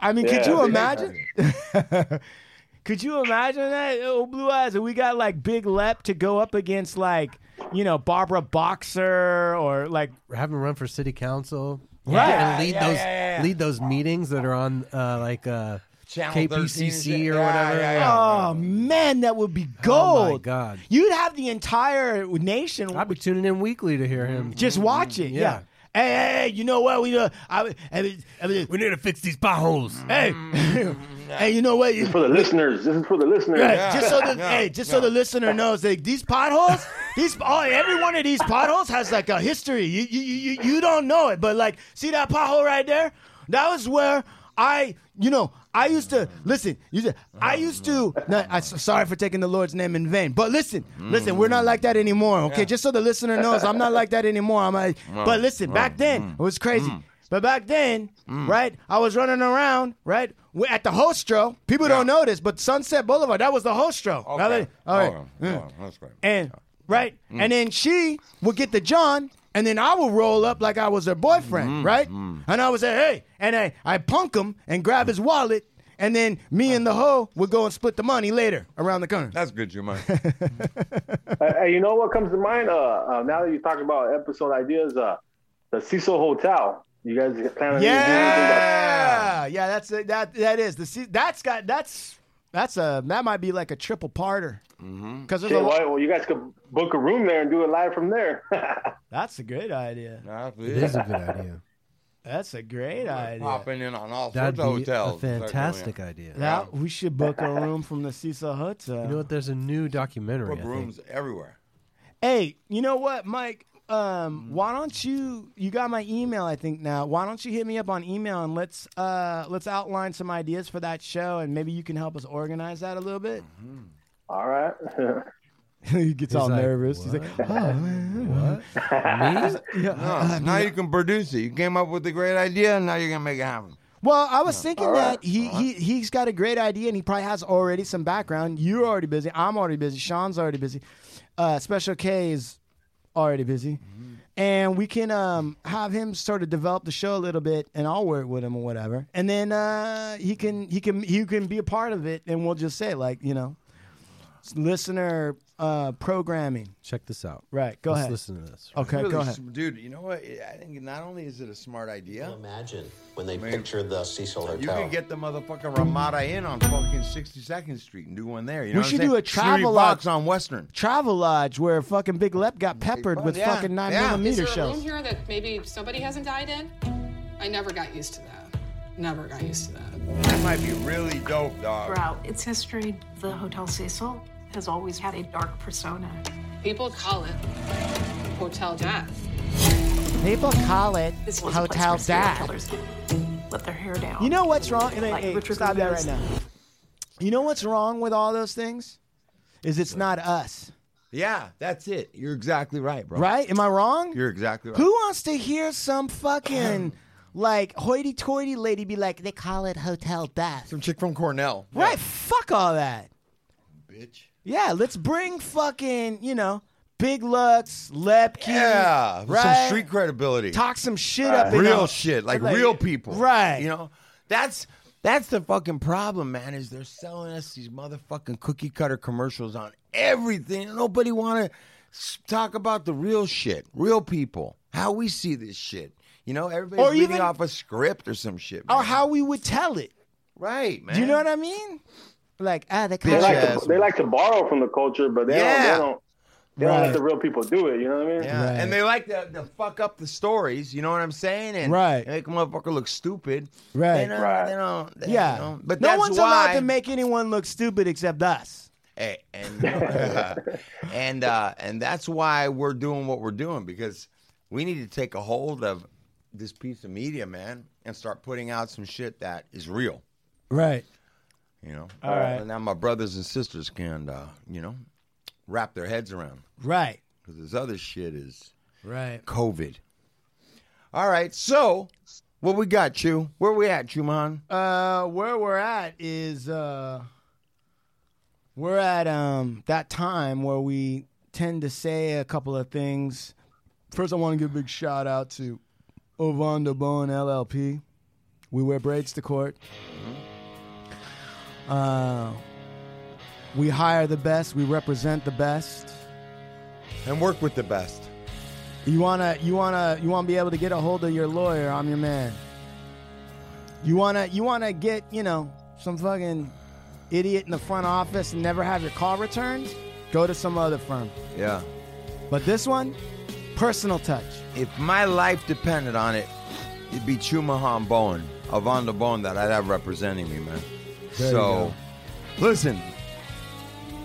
I mean, could Yeah, you big imagine? could you imagine that? Oh, blue eyes. And we got like Big Lep to go up against like, you know, Barbara Boxer or like. Having run for city council, Right. And lead Yeah, those yeah, yeah, yeah. lead those meetings that are on uh, like uh, Channel 13 and KPCC shit. or Yeah, whatever. yeah, Oh, man, that would be Oh gold. my god! You'd have the entire nation I'd be tuning in weekly to hear him. Mm-hmm. just watch it. Yeah. Yeah. Hey, hey, hey, you know what? We, uh, I, I, I, We need to fix these potholes. hey, hey, you know what? You- for the listeners. This is for the listeners. Right, Yeah. Just so the Yeah. hey, just so the listener knows that these potholes, these oh, every one of these potholes has like a history. You you you you- you don't know it, but like see that pothole right there? That was where I you know I used to listen. You said I used to. No, I sorry for taking the Lord's name in vain, but listen, listen, we're not like that anymore. Okay, just so the listener knows, I'm not like that anymore. I'm like, but listen, back then it was crazy. But back then, right, I was running around, right, w- at the Hostro. People don't know this, but Sunset Boulevard, that was the Hostro. Now Okay. that- All right. Hold on, Mm. hold on, Mm. That's great. And, right, and then she would get the John, and then I would roll up like I was her boyfriend, Mm-hmm. right? And I would say, hey, and I, I punk him and grab his wallet, and then me and the hoe would go and split the money later around the corner. That's good, Juma. Uh, hey, you know what comes to mind? Uh, uh, now that you talk about episode ideas, uh, the Cecil Hotel. You guys planning to do anything about Yeah, yeah, that's it. That that is the se- that's got that's that's a that might be like a triple parter Mm-hmm. because Shit, why- well, you guys could book a room there and do it live from there. that's a great idea. It is a good idea. That's a great idea. Popping in on all That'd sorts be of hotels. a fantastic idea. Now we should book a room from the Cecil Hotel. You know what? There's a new documentary. I Book think. rooms everywhere. hey, you know what, Mike? Um, why don't you? You got my email, I think now. Why don't you hit me up on email and let's uh, let's outline some ideas for that show, and maybe you can help us organize that a little bit. All right. he gets He's all like, nervous. He's like, "What? "Oh, man, What? Me? No, now you can produce it. You came up with a great idea, and now you're gonna make it happen. Well, I was thinking right. that he, he he's got a great idea and he probably has already some background. You're already busy. I'm already busy. Sean's already busy. Uh, Special K is already busy, Mm-hmm. and we can um, have him sort of develop the show a little bit, and I'll work with him or whatever. And then uh, he can he can he can be a part of it, and we'll just say like you know, listener uh, programming. Check this out. Right. Go Let's ahead. listen to this. Okay. Really go ahead. s- dude. You know what? I think not only is it a smart idea, Imagine when they Man. pictured the Cecil Hotel. you could get the motherfucking Ramada Inn on fucking 62nd Street and do one there. You We know what I'm should saying? do a Siri travel Fox on Western. Travel Lodge where fucking Big Lep got peppered with Yeah, fucking nine yeah. Is millimeter there a room shells. here that maybe somebody hasn't died in? I never got used to that. Never got used to that. That might be really dope, dog. Throughout its history, the Hotel Cecil has always had a dark persona. People call it hotel death. People call it This was a place Hotel where serial Dad. killers Let their hair down. You know what's wrong? Hey, Like hey, Richard stop that right Ramirez. now. You know what's wrong with all those things? Is it's not us, Yeah, that's it. You're exactly right, bro. right? Am I wrong? You're exactly right. Who wants to hear some fucking like hoity-toity lady be like, they call it Hotel Dad? Some chick from Cornell. Right? Fuck all that. Bitch. Yeah, let's bring fucking you know Big Lutz, Lepke, Yeah. with Some right? street credibility. talk some shit up, in real all- shit, like, like- real people, Right. You know, that's that's the fucking problem, man. Is they're selling us these motherfucking cookie cutter commercials on everything. and Nobody want to talk about the real shit, real people, how we see this shit. You know, everybody's Or reading even- off a script or some shit. or man. how we would tell it. Right, man. Do you know what I mean? Like ah, they call they, it like ass. to, they like to borrow from the culture, but they don't. They Yeah. don't they don't Right. let the real people do it. You know what I mean? Yeah, Right. and they like to, to fuck up the stories. You know what I'm saying? And Right. make a motherfucker look stupid. Right. They don't. Right. They don't they Yeah, don't- But no that's one's why, allowed to make anyone look stupid except us. Hey, Eh, and uh, and uh, and that's why we're doing what we're doing because we need to take a hold of this piece of media, man, and start putting out some shit that is real. Right. You know. All right. And now my brothers and sisters can, uh, you know, wrap their heads around Right. because this other shit is Right. COVID. All right. So what we got, Chew? Where we at, Chuman? Uh, where we're at is uh, we're at um that time where we tend to say a couple of things. First, I want to give a big shout out to Ovan de Bon LLP. We wear braids to court. Mm-hmm. Uh, we hire the best. We represent the best. And work with the best. You wanna, you wanna, you wanna be able to get a hold of your lawyer. I'm your man. You wanna, you wanna get, you know, some fucking idiot in the front office and never have your call returned. Go to some other firm. Yeah. But this one, personal touch. If my life depended on it, it'd be Chumahan Bowen, Avon de Bowen, that I'd have representing me, man. There you so, listen,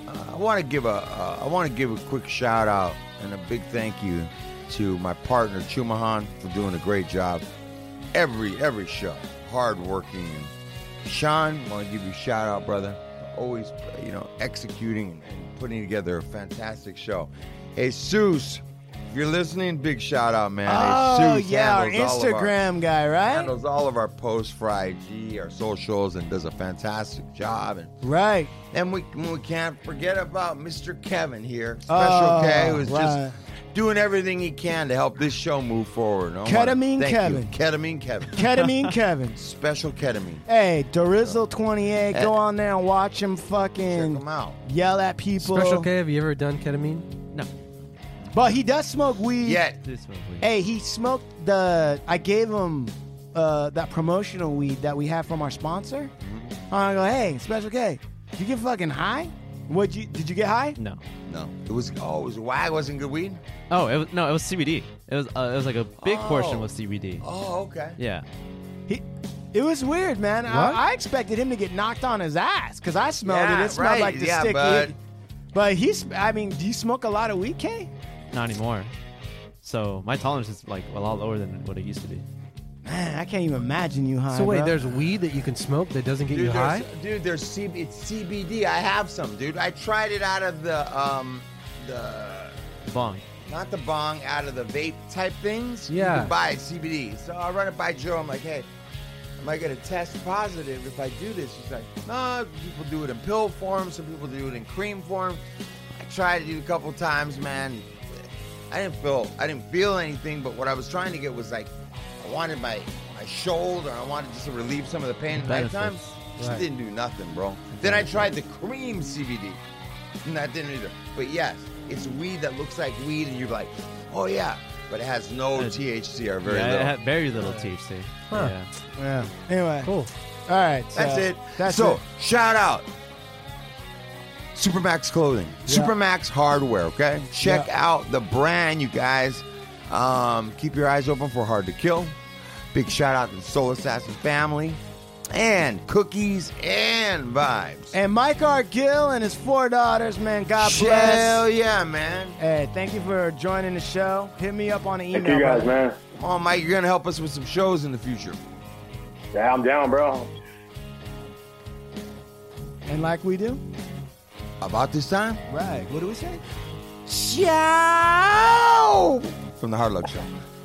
uh, I want to give a uh, I want to give a quick shout out and a big thank you to my partner Chumahan for doing a great job. Every every show, hard working. Sean, want to give you a shout out, brother. Always, you know, executing and putting together a fantastic show. Jesus, if you're listening, big shout out, man. oh Jesus yeah, our handles all of our- Instagram guy, right? handles all of our posts for IG, our socials, and does a fantastic job. And Right. and we we can't forget about Mr. Kevin here, Special Oh, K, who's right. just doing everything he can to help this show move forward. And I wanna Ketamine thank Kevin. you. ketamine Kevin, Ketamine Kevin. Special ketamine. Hey, Dorizzle28, go Eh. on there and watch him fucking yell at people. Special K, have you ever done ketamine? No. But he does smoke weed. This one. Hey, he smoked the. I gave him uh, that promotional weed that we have from our sponsor. I go, hey, Special K, you get fucking high? What you did you get high? No. No, it was oh, it was why it wasn't good weed. Oh, it was, no, it was CBD. It was uh, it was like a big portion Oh. was CBD. Oh, okay. Yeah. It was weird, man. What? I, I expected him to get knocked on his ass because I smelled Yeah, it. It smelled right. like the Yeah, sticky. but- But he's. I mean, do you smoke a lot of weed, K? Not anymore. So my tolerance is like a lot lower than what it used to be. Man, I can't even imagine you high. So wait, bro. there's weed that you can smoke that doesn't get you high? there's, dude, there's CB, it's CBD. I have some, dude. I tried it out of the um the Bong. not the bong, out of the vape type things. Yeah. You can buy it CBD. So I run it by Joe. I'm like, hey, am I going to test positive if I do this? He's like, no, people do it in pill form. Some people do it in cream form. I tried it a couple times, man. I didn't feel, I didn't feel anything, but what I was trying to get was like, I wanted my, my shoulder. I wanted just to relieve some of the pain at Benefits. nighttime. Just Right. didn't do nothing, bro. Then I tried the cream CBD. And that didn't either. But yes, it's weed that looks like weed, and you're like, oh yeah, but it has no THC or very yeah, little. It had very little THC. Huh. Yeah. Yeah. Anyway. Cool. All right. That's so it. That's so it. shout out. Supermax Clothing, Supermax Hardware. Okay, check out the brand, you guys. Um, keep your eyes open for Hard to Kill. Big shout out to the Soul Assassin family, and cookies and vibes. And Mike R. Gill and his four daughters, man. God Hell bless. yeah, man. Hey, thank you for joining the show. Hit me up on the email. Thank you guys, brother. man. Come on, Mike, you're gonna help us with some shows in the future. Yeah, I'm down, bro. And like we do. About this time, Right. What do we say? Ciao! from the Hard Luck Show.